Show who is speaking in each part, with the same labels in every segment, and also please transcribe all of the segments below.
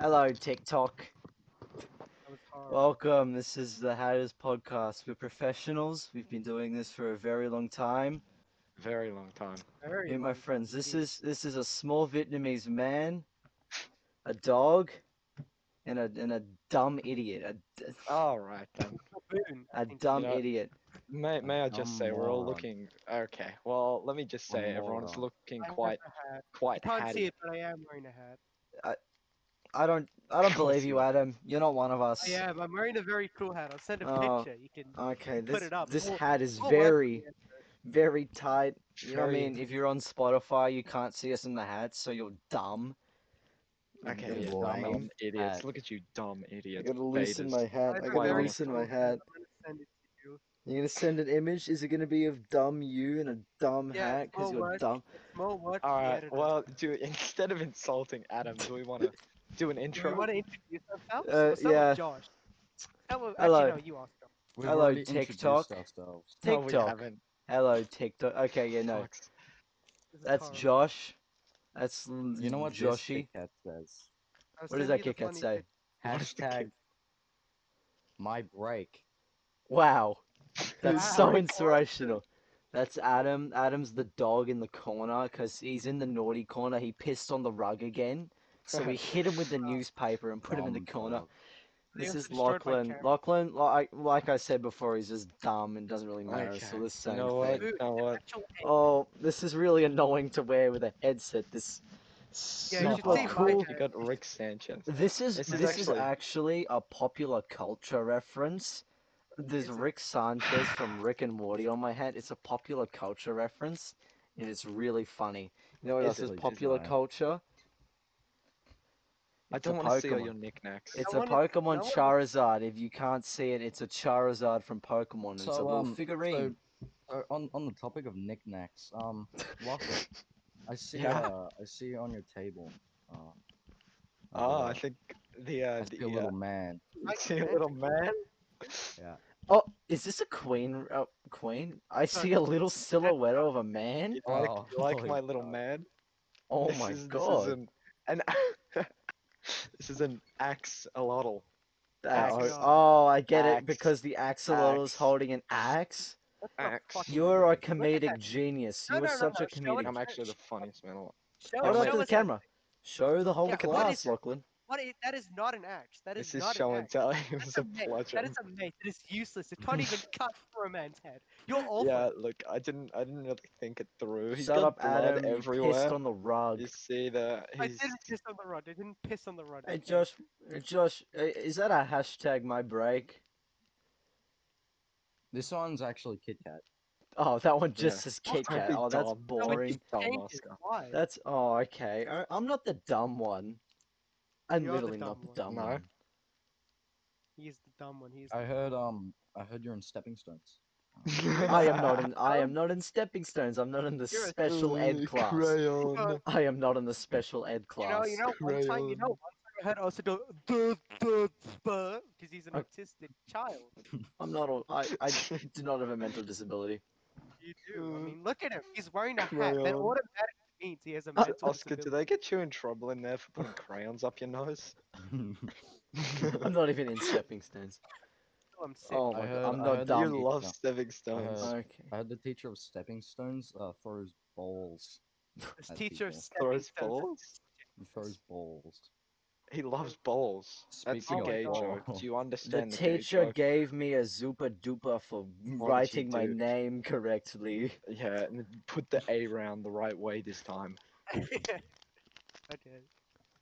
Speaker 1: Hello, TikTok.
Speaker 2: That was hard.
Speaker 1: Welcome. This is the Hatters Podcast. We're professionals. We've been doing this for a very long time.
Speaker 3: Very long time.
Speaker 2: Very
Speaker 1: Hey, my
Speaker 2: long
Speaker 1: friends, this
Speaker 2: indeed.
Speaker 1: is this is a small Vietnamese man, a dog, and a and a dumb idiot. A, d-
Speaker 2: Oh,
Speaker 3: All right then.
Speaker 2: Baboon, I
Speaker 1: a
Speaker 2: think.
Speaker 1: dumb
Speaker 3: Yeah.
Speaker 1: idiot.
Speaker 3: May May I
Speaker 4: dumb
Speaker 3: just say we're all
Speaker 4: moron.
Speaker 3: looking. Okay. Well, let me just
Speaker 4: What a
Speaker 3: say everyone's
Speaker 4: moron.
Speaker 3: looking
Speaker 2: I have
Speaker 3: quite
Speaker 2: a hat.
Speaker 3: quite
Speaker 2: You can't see
Speaker 3: hatty.
Speaker 2: it, but I am wearing a hat.
Speaker 1: I don't I don't
Speaker 3: Of course
Speaker 1: believe
Speaker 3: you
Speaker 1: you,
Speaker 3: are.
Speaker 1: Adam. You're not one of us.
Speaker 2: I am. I'm wearing a very cool hat. I'll send a
Speaker 1: Oh,
Speaker 2: picture. You can.
Speaker 1: Okay.
Speaker 2: You put
Speaker 1: This
Speaker 2: it up.
Speaker 1: this
Speaker 2: We'll-
Speaker 1: hat is
Speaker 2: we'll work with
Speaker 1: very
Speaker 2: it.
Speaker 1: very tight. You know what I
Speaker 3: Very-
Speaker 1: mean? If you're on Spotify, you can't see us in the hat, so you're dumb. You're
Speaker 3: Okay,
Speaker 1: gonna
Speaker 4: Good
Speaker 3: you
Speaker 4: lord.
Speaker 3: dumb idiots.
Speaker 4: Hat.
Speaker 3: Look at you, dumb
Speaker 1: I
Speaker 3: idiots.
Speaker 1: gotta loosen
Speaker 3: betas.
Speaker 1: my hat.
Speaker 2: I've
Speaker 1: I
Speaker 2: got
Speaker 1: gotta
Speaker 2: very
Speaker 1: loosen my
Speaker 2: cool
Speaker 1: hat.
Speaker 2: I'm gonna send it to you.
Speaker 1: You're gonna send an image? Is it gonna be of dumb you and a dumb
Speaker 2: Yeah,
Speaker 1: hat? Because
Speaker 2: oh,
Speaker 1: you're
Speaker 2: what?
Speaker 1: dumb.
Speaker 2: Mo, what?
Speaker 3: All
Speaker 2: the
Speaker 3: right.
Speaker 2: editor?
Speaker 3: Well, do instead of insulting Adam, do we want to do an
Speaker 2: do you
Speaker 3: intro?
Speaker 2: want to introduce ourselves?
Speaker 1: Uh,
Speaker 2: Or someone-
Speaker 1: yeah.
Speaker 2: Josh. Someone-
Speaker 1: Hello.
Speaker 2: Actually, no, you ask. Josh.
Speaker 4: We've
Speaker 1: Hello,
Speaker 4: already introduced
Speaker 1: TikTok.
Speaker 4: ourselves.
Speaker 3: No, we
Speaker 1: TikTok.
Speaker 3: haven't.
Speaker 1: Hello, TikTok. Okay, yeah, no.
Speaker 3: Fucks.
Speaker 2: This is
Speaker 1: That's
Speaker 2: horrible.
Speaker 1: Josh. That's l-
Speaker 4: You know what this
Speaker 1: Joshy.
Speaker 4: Mm, cat says?
Speaker 2: I'll
Speaker 1: What does
Speaker 2: send
Speaker 1: that
Speaker 2: you the
Speaker 1: kid cat
Speaker 2: funny
Speaker 1: say?
Speaker 2: pic-
Speaker 3: What is the kid-
Speaker 4: Hashtag my break.
Speaker 1: Wow. That's
Speaker 3: Ah,
Speaker 2: Wow.
Speaker 1: so inspirational. That's Adam. Adam's the dog in the corner because he's in the naughty corner. He pissed on the rug again. So we hit him
Speaker 2: Oh.
Speaker 1: with the newspaper and put him in the
Speaker 4: Dumb
Speaker 1: corner.
Speaker 4: dog.
Speaker 2: I
Speaker 1: This
Speaker 2: also
Speaker 1: is
Speaker 2: destroyed my
Speaker 1: Lachlan.
Speaker 2: camera.
Speaker 1: Lachlan, like, like I said before, he's just dumb and doesn't really matter.
Speaker 3: Okay.
Speaker 1: So this
Speaker 3: You
Speaker 1: same
Speaker 3: know what?
Speaker 1: thing.
Speaker 3: You
Speaker 2: Dude,
Speaker 3: know what?
Speaker 2: actual head.
Speaker 1: Oh, this is really annoying to wear with a headset. This
Speaker 2: Yeah, you
Speaker 1: super
Speaker 2: should see my
Speaker 1: cool.
Speaker 2: head.
Speaker 3: You got Rick Sanchez.
Speaker 1: This is
Speaker 3: This
Speaker 1: this,
Speaker 3: is
Speaker 1: is
Speaker 3: actually-
Speaker 1: actually a popular culture reference. There's
Speaker 2: Is it?
Speaker 1: Rick Sanchez from Rick and Morty on my head. It's a popular culture reference, and it's really funny. You know what
Speaker 3: Is
Speaker 1: else
Speaker 3: it?
Speaker 1: is
Speaker 4: It is
Speaker 1: popular
Speaker 4: mine.
Speaker 1: culture?
Speaker 3: I
Speaker 1: It's a
Speaker 3: don't want to see all
Speaker 1: Pokemon.
Speaker 3: your knickknacks.
Speaker 1: It's
Speaker 2: I
Speaker 1: a
Speaker 2: wanna-
Speaker 1: Pokemon
Speaker 2: I wanna-
Speaker 1: Charizard. If you can't see it, it's a Charizard from Pokemon. and It's a
Speaker 4: So,
Speaker 1: little
Speaker 4: um,
Speaker 1: figurine.
Speaker 4: So on on the topic of knickknacks, um, Lachlan, I see
Speaker 3: Yeah.
Speaker 4: uh, I see on your table. Uh,
Speaker 3: Oh, I
Speaker 4: uh,
Speaker 3: think the
Speaker 4: I
Speaker 3: uh,
Speaker 4: see
Speaker 3: the
Speaker 4: a
Speaker 3: uh,
Speaker 4: little man.
Speaker 3: I
Speaker 2: Like
Speaker 3: see a
Speaker 2: that.
Speaker 3: little man.
Speaker 1: Oh, is this a queen? Uh, queen? I see a little silhouette of a man.
Speaker 3: You like,
Speaker 4: Oh,
Speaker 3: you like
Speaker 4: holy
Speaker 3: my little
Speaker 4: God.
Speaker 3: man?
Speaker 1: Oh
Speaker 3: This
Speaker 1: my
Speaker 3: is- This is
Speaker 1: god!
Speaker 3: an, an this is an axolotl.
Speaker 1: That-
Speaker 3: axe.
Speaker 1: Oh, I get
Speaker 3: Axe.
Speaker 1: it because the axolotl is
Speaker 3: Axe.
Speaker 1: holding an axe.
Speaker 2: That's not
Speaker 3: Axe.
Speaker 2: fucking-
Speaker 1: You're a
Speaker 2: Look at
Speaker 1: comedic
Speaker 2: that.
Speaker 1: genius.
Speaker 2: No,
Speaker 1: You are
Speaker 2: no, no,
Speaker 1: such
Speaker 2: no,
Speaker 1: a
Speaker 2: show it
Speaker 1: comedic.
Speaker 3: I'm
Speaker 2: Axe.
Speaker 3: actually the funniest man. alive.
Speaker 2: Show,
Speaker 1: Hold
Speaker 3: show
Speaker 1: on
Speaker 3: us
Speaker 1: to the
Speaker 2: us that.
Speaker 1: camera. Show the whole
Speaker 2: Yeah,
Speaker 3: what
Speaker 1: class,
Speaker 2: is it?
Speaker 1: Lachlan.
Speaker 2: What is, that is not an axe. That is
Speaker 3: This is
Speaker 2: not
Speaker 3: show
Speaker 2: an
Speaker 3: and
Speaker 2: axe.
Speaker 3: tell. It was
Speaker 2: That's
Speaker 3: a
Speaker 2: myth. That
Speaker 3: pleasure.
Speaker 2: is a myth. It is useless. It can't even cut through a man's head. You're awful.
Speaker 3: Yeah, look, I didn't, I didn't really think it through. He's
Speaker 1: Shut
Speaker 3: got
Speaker 1: up,
Speaker 3: blood
Speaker 1: Adam. You
Speaker 3: everywhere.
Speaker 1: pissed on the rug.
Speaker 3: You see the?
Speaker 2: I
Speaker 3: He's,
Speaker 2: didn't piss on the rod. I didn't piss on the rod.
Speaker 1: Hey,
Speaker 2: okay?
Speaker 1: Josh. Hey, Josh, uh, is that a hashtag? My break.
Speaker 4: This one's actually Kit Kat.
Speaker 1: Oh, that one just
Speaker 3: Yeah.
Speaker 1: says Kit
Speaker 3: Don't
Speaker 1: Kat.
Speaker 3: be
Speaker 1: Oh, that's
Speaker 3: dumb.
Speaker 2: No, it
Speaker 1: boring.
Speaker 2: just
Speaker 3: Dumb
Speaker 2: changes.
Speaker 3: Oscar.
Speaker 2: Why?
Speaker 1: That's oh, okay. I, I'm not the dumb one. I'm
Speaker 2: You're the
Speaker 1: literally not
Speaker 2: dumb
Speaker 1: the
Speaker 2: one.
Speaker 1: dumb
Speaker 3: No.
Speaker 1: one.
Speaker 2: He's the dumb one. He's
Speaker 4: I heard um I heard you're in Stepping Stones.
Speaker 1: I am not in. I am not in stepping stones. I'm not in the
Speaker 2: You're a
Speaker 1: special ed class.
Speaker 3: Crayon.
Speaker 1: I am not in the special ed
Speaker 2: You
Speaker 1: class.
Speaker 2: know, you know, one time, you know, one time
Speaker 3: Crayon.
Speaker 2: I heard also go duh, duh, because he's an
Speaker 1: I-
Speaker 2: autistic child.
Speaker 1: I'm not. A, I, I do not have a mental disability.
Speaker 2: You do. I
Speaker 3: Uh,
Speaker 2: mean, look at him. He's wearing a hat that
Speaker 3: crayon.
Speaker 2: automatically means he has a mental
Speaker 3: Uh, Oscar, did
Speaker 2: disability.
Speaker 3: they get you in trouble in there for putting crayons up your nose?
Speaker 1: I'm not even in stepping stones.
Speaker 2: Oh, I'm sick.
Speaker 1: Oh
Speaker 4: I
Speaker 1: my
Speaker 4: heard-
Speaker 1: god, I'm
Speaker 4: I
Speaker 1: not
Speaker 4: heard that
Speaker 1: dumb. Uh-huh.
Speaker 3: you
Speaker 4: it
Speaker 3: love
Speaker 4: down.
Speaker 3: stepping stones.
Speaker 4: Uh,
Speaker 1: Okay.
Speaker 4: I had the teacher of stepping stones uh, throws balls.
Speaker 2: This
Speaker 4: I
Speaker 2: teacher
Speaker 4: think,
Speaker 2: stepping
Speaker 3: Throws
Speaker 2: stones.
Speaker 3: balls?
Speaker 4: He throws balls.
Speaker 3: He loves balls. That's
Speaker 4: Speaking
Speaker 3: a
Speaker 2: of
Speaker 3: gay joke.
Speaker 4: balls.
Speaker 3: Do you
Speaker 1: The
Speaker 3: understand the, gay
Speaker 1: teacher
Speaker 3: joke?
Speaker 1: gave me a zupa duper for
Speaker 3: you
Speaker 1: writing my
Speaker 3: do?
Speaker 1: name correctly.
Speaker 3: Yeah, and put the A round the right way this time.
Speaker 2: okay.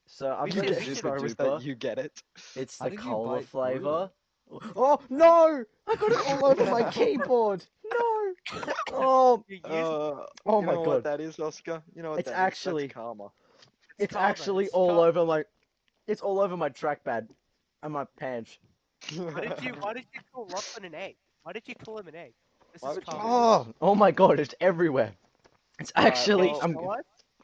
Speaker 1: So I'm
Speaker 2: We
Speaker 1: not
Speaker 2: should-
Speaker 1: a
Speaker 2: we should
Speaker 1: zupa
Speaker 3: do that,
Speaker 1: duper.
Speaker 3: you get it.
Speaker 1: It's
Speaker 4: How
Speaker 1: the
Speaker 4: did you
Speaker 1: cola
Speaker 4: bite through it?
Speaker 1: flavor. Oh no! I got it all over my keyboard. No! Oh,
Speaker 2: You use
Speaker 3: Uh,
Speaker 1: oh
Speaker 3: you
Speaker 1: my
Speaker 3: know what
Speaker 1: god!
Speaker 3: that is, Oscar? You know what
Speaker 1: It's
Speaker 3: that is? That's
Speaker 1: actually-
Speaker 3: karma.
Speaker 1: It's
Speaker 2: karma,
Speaker 1: actually
Speaker 2: it's
Speaker 1: all
Speaker 2: karma.
Speaker 1: over my. It's all over my trackpad, and my pants.
Speaker 2: Why did you why did you call Lachlan an egg? Why did you call him an egg? This
Speaker 3: Why
Speaker 2: is
Speaker 3: would you do
Speaker 2: karma.
Speaker 1: Oh, oh my god! It's everywhere. It's
Speaker 3: Alright,
Speaker 1: actually.
Speaker 3: well-
Speaker 1: I'm.
Speaker 2: Show us?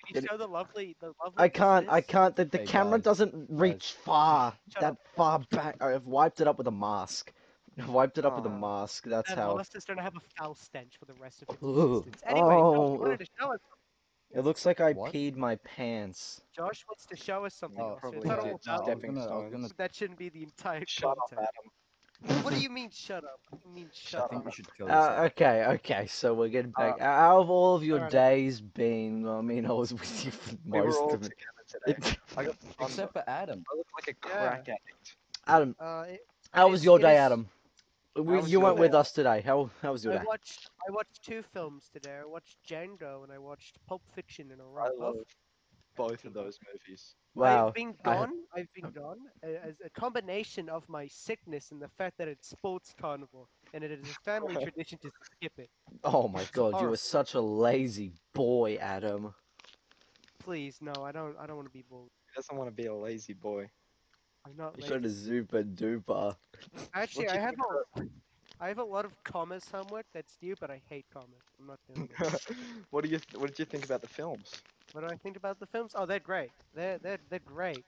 Speaker 2: Can
Speaker 1: Did
Speaker 2: you
Speaker 1: it-
Speaker 2: show the lovely the lovely
Speaker 1: I can't. I
Speaker 2: listeners?
Speaker 1: can't. The, the
Speaker 4: Hey,
Speaker 1: camera
Speaker 4: guys,
Speaker 1: doesn't reach far.
Speaker 2: Shut
Speaker 1: that
Speaker 2: up.
Speaker 1: far back. I've wiped it up with a mask. I've wiped it up with a
Speaker 4: Oh.
Speaker 3: Aw.
Speaker 1: mask. That's
Speaker 2: That
Speaker 1: how.
Speaker 2: lobster's gonna have a foul stench for the rest of its
Speaker 1: Ugh.
Speaker 2: existence. Anyway, no,
Speaker 1: Oh.
Speaker 2: you wanted to show us.
Speaker 1: It looks like I
Speaker 4: What?
Speaker 1: peed my pants.
Speaker 2: Josh wants to show us something.
Speaker 3: No,
Speaker 2: else.
Speaker 3: probably
Speaker 2: it's not
Speaker 3: not.
Speaker 2: all
Speaker 3: Oh, It's
Speaker 4: I
Speaker 2: about
Speaker 4: was
Speaker 3: Stepping
Speaker 4: gonna- I was
Speaker 3: stones.
Speaker 4: gonna-
Speaker 2: That shouldn't be the entire
Speaker 3: Shut up,
Speaker 2: content.
Speaker 3: Adam.
Speaker 2: what do you mean, shut up? What do you mean, shut
Speaker 4: I
Speaker 2: up?
Speaker 4: think we should kill this.
Speaker 1: Uh, okay, okay, so we're getting back.
Speaker 3: Uh,
Speaker 1: Out of all of your
Speaker 2: alright.
Speaker 1: days being, I mean, I was with you for
Speaker 3: We were
Speaker 1: most
Speaker 3: all
Speaker 1: of
Speaker 3: together
Speaker 1: it.
Speaker 3: today. I got on the-
Speaker 4: Except for Adam.
Speaker 3: I look like a crack addict.
Speaker 1: Adam,
Speaker 2: Uh, it-
Speaker 1: how
Speaker 2: It
Speaker 1: was
Speaker 2: is-
Speaker 1: your
Speaker 2: it
Speaker 1: day,
Speaker 2: is-
Speaker 1: Adam? We,
Speaker 3: was
Speaker 1: you
Speaker 3: your
Speaker 1: weren't
Speaker 3: day?
Speaker 1: with us today. How how was your
Speaker 2: I
Speaker 1: day?
Speaker 2: watched I watched two films today. I watched Django and I watched Pulp Fiction in a row.
Speaker 3: I
Speaker 2: Both-
Speaker 3: love both of those movies.
Speaker 1: Wow.
Speaker 2: I've been
Speaker 1: I Oh. have-
Speaker 2: gone. I've been gone a- as a combination of my sickness and the fact that it's sports carnival and it is a family tradition to skip it.
Speaker 1: Oh my god, you
Speaker 2: horrible.
Speaker 1: were such a lazy boy, Adam.
Speaker 2: Please, no, I don't. I don't want to be bullied.
Speaker 3: He doesn't want to be a lazy boy.
Speaker 2: I'm not.
Speaker 1: You
Speaker 2: lazy.
Speaker 1: should have super duper.
Speaker 2: Actually,
Speaker 3: Look
Speaker 2: I
Speaker 3: at
Speaker 2: have
Speaker 3: you
Speaker 2: a. I have a lot of commas homework that's due, but I hate commas. I'm not doing it.
Speaker 3: what do you What did you think about the films?
Speaker 2: What do I think about the films? Oh, they're great. They're they're they're great.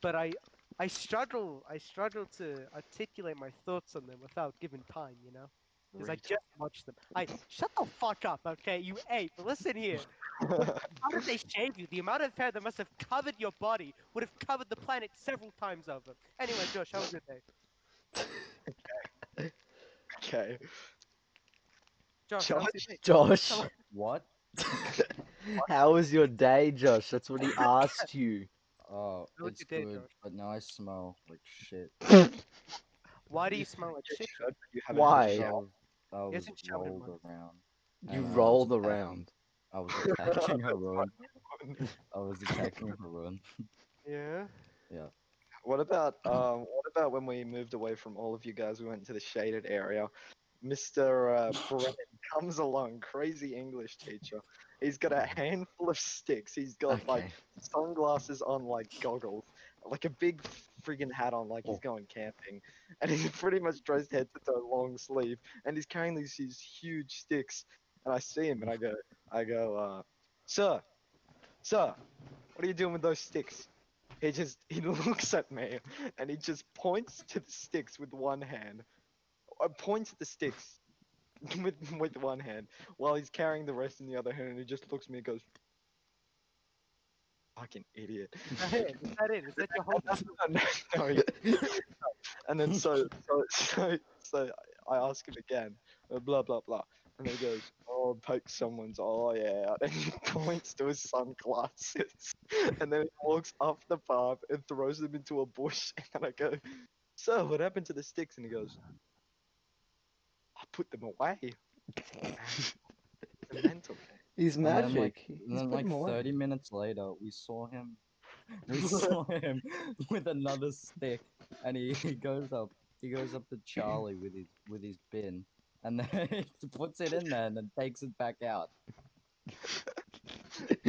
Speaker 2: But I I struggle I struggle to articulate my thoughts on them without giving time, you know? Because I just watched them. I shut the fuck up, okay? You ape. Listen here. How did they shave you? The amount of hair that must have covered your body would have covered the planet several times over. Anyway, Josh, how was your day?
Speaker 3: okay.
Speaker 2: Josh, how was your
Speaker 3: Josh?
Speaker 2: day?
Speaker 1: Josh,
Speaker 2: Hello.
Speaker 4: What?
Speaker 1: how was your day, Josh? That's what he asked you.
Speaker 4: Oh,
Speaker 2: Look
Speaker 4: it's
Speaker 2: at that,
Speaker 4: good,
Speaker 2: Josh.
Speaker 4: but now I smell like shit.
Speaker 2: Why do you smell like
Speaker 3: You
Speaker 2: shit?
Speaker 3: should, but you haven't
Speaker 1: Why?
Speaker 4: I
Speaker 3: showered.
Speaker 4: was, I was
Speaker 2: Isn't showered in
Speaker 4: rolled
Speaker 2: months.
Speaker 4: around.
Speaker 1: You
Speaker 4: and I was
Speaker 1: rolled
Speaker 4: attack-
Speaker 1: around.
Speaker 4: I was attacking Harun. I was attacking Harun.
Speaker 2: Yeah.
Speaker 3: What about um? What about when we moved away from all of you guys? We went to the shaded area. Mr. Uh, Brennan comes along, crazy English teacher. He's got a handful of sticks. He's got like
Speaker 1: Okay.
Speaker 3: sunglasses on, like goggles, like a big friggin' hat on, like he's going camping, and he's pretty much dressed head to toe, long sleeve, and he's carrying these, these huge sticks. And I see him, and I go, I go, uh, sir, sir, what are you doing with those sticks? He just he looks at me, and he just points to the sticks with one hand, uh, points at the sticks. With, with one hand, while he's carrying the rest in the other hand, and he just looks at me and goes, "Fucking idiot!"
Speaker 2: Is that it? Is that it? Is that your
Speaker 3: Oh,
Speaker 2: whole
Speaker 3: no, no, no, yeah. and then so so so, so I ask him again, uh, blah blah blah, and he goes, "Oh, poke someone's eye out," and he points to his sunglasses, and then he walks up the path and throws them into a bush, and I go, "So what happened to the sticks?" And he goes, "I put them away." The mental man.
Speaker 1: He's
Speaker 4: And then,
Speaker 1: magic.
Speaker 4: like-
Speaker 1: He's
Speaker 4: And then,
Speaker 1: put
Speaker 4: like
Speaker 1: him away.
Speaker 4: 30 minutes later, we saw him. We saw him with another stick, and he, he goes up. He goes up to Charlie with his with his bin, and then he puts it in there, and then takes it back out.
Speaker 2: Hold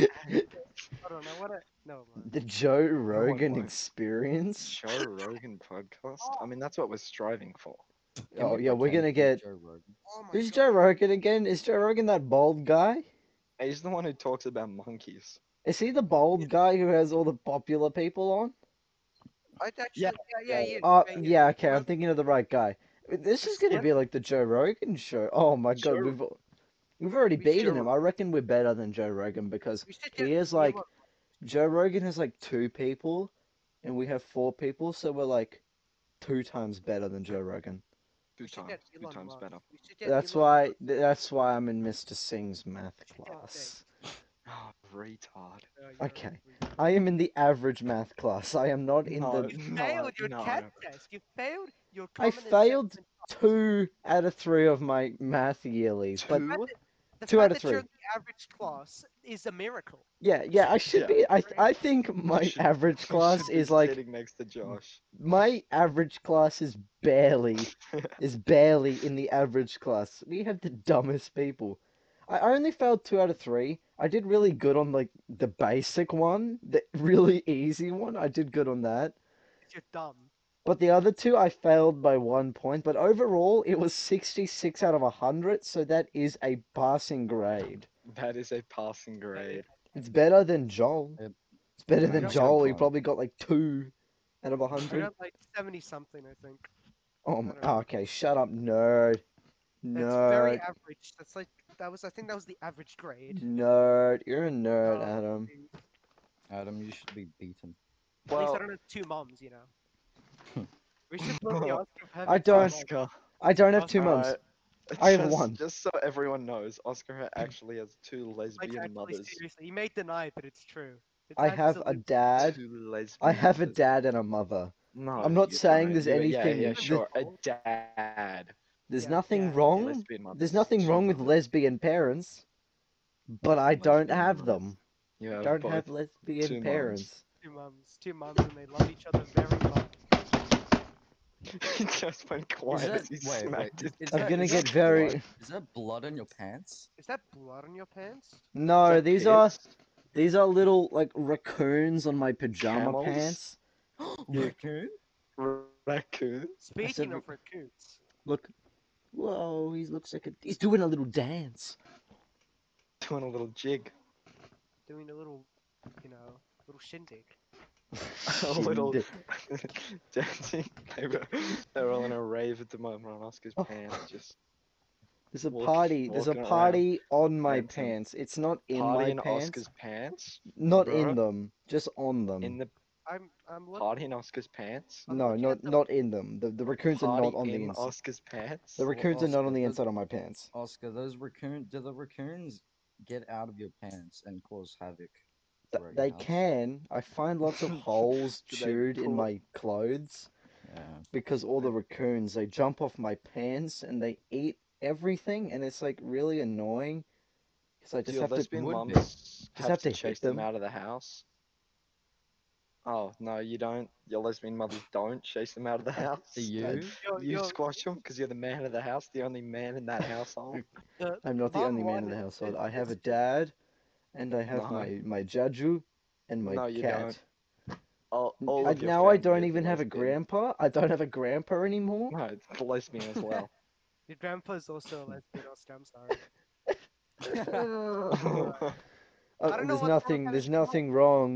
Speaker 2: on, I wanna no man.
Speaker 1: The Joe
Speaker 3: Oh
Speaker 1: Rogan
Speaker 3: why?
Speaker 1: experience.
Speaker 3: Joe Rogan podcast. I mean, that's what we're striving for.
Speaker 4: Can
Speaker 1: Oh
Speaker 4: we
Speaker 1: yeah, we're
Speaker 4: pretend
Speaker 1: gonna
Speaker 4: he's
Speaker 1: get.
Speaker 4: Joe Rogan?
Speaker 2: Oh my
Speaker 1: Who's
Speaker 2: God.
Speaker 1: Joe Rogan again? Is Joe Rogan that bald guy?
Speaker 3: He's the one who talks about monkeys.
Speaker 1: Is he the bald guy who has all the popular people on?
Speaker 2: I'd actually,
Speaker 3: Yeah,
Speaker 2: yeah, yeah,
Speaker 3: yeah,
Speaker 2: yeah.
Speaker 1: Oh
Speaker 2: yeah,
Speaker 1: yeah, okay, I'm
Speaker 2: Well-
Speaker 1: thinking of the right guy. This is gonna
Speaker 3: Yeah.
Speaker 1: be like the Joe Rogan show. Oh my god,
Speaker 3: Joe-
Speaker 1: we've al- we've already
Speaker 2: We-
Speaker 1: beaten
Speaker 3: Joe
Speaker 1: him. I reckon we're better than Joe Rogan because
Speaker 2: We should
Speaker 1: he
Speaker 2: just-
Speaker 1: is
Speaker 2: you know
Speaker 1: like-
Speaker 2: what,
Speaker 1: Joe Rogan has like two people, and we have four people, so we're like two times better than Joe Rogan.
Speaker 3: Two
Speaker 2: we should
Speaker 3: times,
Speaker 2: get
Speaker 3: two
Speaker 2: Elon
Speaker 3: times
Speaker 2: Musk.
Speaker 3: better.
Speaker 2: We should get
Speaker 1: That's
Speaker 2: Elon
Speaker 1: why
Speaker 2: Musk.
Speaker 1: that's why I'm in Mr. Singh's math
Speaker 2: Check it out,
Speaker 1: class.
Speaker 3: Oh, retard.
Speaker 2: No, you're
Speaker 1: Okay.
Speaker 2: right, we-
Speaker 1: I am in the average math class. I am not in
Speaker 3: No.
Speaker 1: the
Speaker 2: You
Speaker 3: No,
Speaker 2: failed your
Speaker 3: no.
Speaker 2: cat test. You failed your.
Speaker 1: I
Speaker 2: common and
Speaker 1: failed
Speaker 2: sentiment-
Speaker 1: two out of three of my math yearlies, but
Speaker 3: Two?
Speaker 2: The fact that- the
Speaker 1: Two out
Speaker 2: fact
Speaker 1: of
Speaker 2: that you're
Speaker 1: three.
Speaker 2: in the average class is a miracle.
Speaker 1: Yeah, yeah, I should
Speaker 3: Yeah.
Speaker 1: be. I th- I think my
Speaker 3: should-
Speaker 1: average
Speaker 3: You
Speaker 1: class
Speaker 3: should be
Speaker 1: is like
Speaker 3: sitting next to Josh.
Speaker 1: my average class is barely is barely in the average class. We have the dumbest people. I I only failed two out of three. I did really good on like the basic one, the really easy one. I did good on that.
Speaker 2: You're dumb.
Speaker 1: But the other two I failed by one point. But overall, it was 66 out of 100, so that is a passing grade.
Speaker 3: That is a passing grade.
Speaker 1: It's better than Joel.
Speaker 4: Yep.
Speaker 1: It's better
Speaker 4: I
Speaker 1: than
Speaker 4: don't
Speaker 1: Joel. He
Speaker 4: know.
Speaker 1: probably got like two out of a
Speaker 2: You're
Speaker 1: hundred.
Speaker 2: at like seventy something, I think.
Speaker 1: Oh my.
Speaker 2: don't know.
Speaker 1: okay, shut up, nerd.
Speaker 2: That's very
Speaker 1: Nerd.
Speaker 2: average. That's like That was I think that was the average grade. Um,
Speaker 1: Nerd, you're a nerd,
Speaker 2: No.
Speaker 1: Adam.
Speaker 4: Adam, you should be beaten.
Speaker 2: At least I
Speaker 3: Well, Hmm.
Speaker 2: don't have two moms, you know. we should put the Oscar of
Speaker 1: I
Speaker 2: having two
Speaker 1: don't.
Speaker 2: moms.
Speaker 3: Oscar.
Speaker 1: I don't have two
Speaker 2: Oscar,
Speaker 1: mums.
Speaker 3: Alright,
Speaker 1: I have
Speaker 3: just-
Speaker 1: one.
Speaker 3: Just so everyone knows, Oscar actually has two
Speaker 2: Like,
Speaker 3: lesbian
Speaker 2: actually,
Speaker 3: mothers.
Speaker 2: seriously, you may deny it, but it's true. It's
Speaker 1: I have a
Speaker 2: absolute-
Speaker 1: dad.
Speaker 3: Two lesbian
Speaker 1: I have a
Speaker 3: mothers.
Speaker 1: dad and a mother.
Speaker 3: No,
Speaker 1: I'm not
Speaker 3: you
Speaker 1: saying
Speaker 3: don't.
Speaker 1: there's
Speaker 3: You- yeah,
Speaker 1: anything
Speaker 3: Yeah,
Speaker 1: that-
Speaker 3: sure. A dad.
Speaker 1: There's
Speaker 2: Yeah,
Speaker 1: nothing
Speaker 2: yeah.
Speaker 1: wrong.
Speaker 3: Lesbian mothers.
Speaker 1: There's nothing
Speaker 3: two
Speaker 1: wrong with
Speaker 3: mothers.
Speaker 1: lesbian parents, but I don't
Speaker 4: Lesbian
Speaker 1: have
Speaker 4: mothers.
Speaker 1: them.
Speaker 3: You
Speaker 1: I
Speaker 3: have
Speaker 1: don't
Speaker 3: both.
Speaker 1: have
Speaker 3: two
Speaker 1: lesbian
Speaker 3: mums.
Speaker 1: parents.
Speaker 2: Two mums, two mums, and they love each other very much.
Speaker 3: he just went
Speaker 4: Is
Speaker 3: quiet
Speaker 4: that,
Speaker 3: as he
Speaker 4: wait, wait,
Speaker 3: smacked his
Speaker 4: is
Speaker 1: I'm
Speaker 4: that-
Speaker 1: gonna
Speaker 4: is
Speaker 1: get
Speaker 4: that
Speaker 1: very.
Speaker 4: blood- Is there blood on your pants?
Speaker 2: Is that blood on your pants?
Speaker 1: No,
Speaker 3: Is that
Speaker 1: these are
Speaker 3: piss?
Speaker 1: these are little like raccoons on my pajama
Speaker 3: Camels?
Speaker 1: pants.
Speaker 4: Raccoon?
Speaker 3: R- raccoons.
Speaker 2: Speaking
Speaker 1: we-
Speaker 2: of raccoons,
Speaker 1: Look, whoa, he looks like a. He's doing a little dance.
Speaker 3: Doing a little jig.
Speaker 2: doing a little, you know, little shindig.
Speaker 3: A little
Speaker 1: Shit.
Speaker 3: dancing. They were, they were all in a rave at the moment on Oscar's
Speaker 1: Oh.
Speaker 3: pants. Just
Speaker 1: There's a
Speaker 3: walk-
Speaker 1: party. There's a
Speaker 3: walking around,
Speaker 1: party on my
Speaker 3: dancing.
Speaker 1: pants. It's not in
Speaker 3: party
Speaker 1: my
Speaker 3: in
Speaker 1: pants. Mm.
Speaker 3: Oscar's pants.
Speaker 1: Not in
Speaker 3: bruh.
Speaker 1: them. Just on them.
Speaker 3: In the
Speaker 2: I'm, I'm looking.
Speaker 3: party in Oscar's pants.
Speaker 2: I'm
Speaker 1: no,
Speaker 2: looking
Speaker 1: not
Speaker 2: at the-
Speaker 1: not in them. The the raccoons are
Speaker 3: Party
Speaker 1: not on the
Speaker 3: in
Speaker 1: inside.
Speaker 3: Oscar's pants.
Speaker 1: The
Speaker 4: Well,
Speaker 1: raccoons are not on
Speaker 4: Oscar,
Speaker 1: the
Speaker 4: does-
Speaker 1: inside of my pants.
Speaker 4: Oscar, those raccoon do the raccoons get out of your pants and cause havoc?
Speaker 1: Th-
Speaker 4: throughout your
Speaker 1: They
Speaker 4: house?
Speaker 1: can. I find lots of holes
Speaker 3: Do they
Speaker 1: chewed in
Speaker 3: pull-
Speaker 1: my clothes
Speaker 4: Yeah.
Speaker 1: because all the raccoons they jump off my pants and they eat everything and it's like really annoying. Because I
Speaker 3: Do
Speaker 1: just
Speaker 3: your
Speaker 1: have to
Speaker 3: lesbian
Speaker 4: would be.
Speaker 3: mums have,
Speaker 1: have
Speaker 3: to,
Speaker 1: to hit
Speaker 3: chase them.
Speaker 1: them.
Speaker 3: out of the house? Oh no, you don't. Your lesbian mothers don't chase them out of the house. Oh,
Speaker 4: Do you?
Speaker 2: Your-
Speaker 3: You
Speaker 2: your-
Speaker 3: squash them because you're the man of the house, the only man in that household.
Speaker 2: the-
Speaker 1: I'm not the
Speaker 2: bottom
Speaker 1: only man in
Speaker 2: line
Speaker 1: the
Speaker 2: is
Speaker 1: household.
Speaker 2: that
Speaker 1: I have a
Speaker 2: it's-
Speaker 1: dad, and I have
Speaker 3: No.
Speaker 1: my my jaju, and my
Speaker 3: No, you
Speaker 1: cat.
Speaker 3: All,
Speaker 1: N-
Speaker 3: all
Speaker 1: I,
Speaker 3: of your
Speaker 1: now I
Speaker 3: family
Speaker 1: don't
Speaker 3: is
Speaker 1: even have a
Speaker 3: lesbian.
Speaker 1: grandpa. I don't have a grandpa anymore. Uh,
Speaker 3: No, it's lesbian as well.
Speaker 2: Your grandpa's also a lesbian, Oscar. I'm sorry.
Speaker 1: Uh,
Speaker 2: don't know
Speaker 1: there's
Speaker 2: what's wrong with
Speaker 1: nothing.
Speaker 2: that
Speaker 1: There's
Speaker 2: as well.
Speaker 1: nothing wrong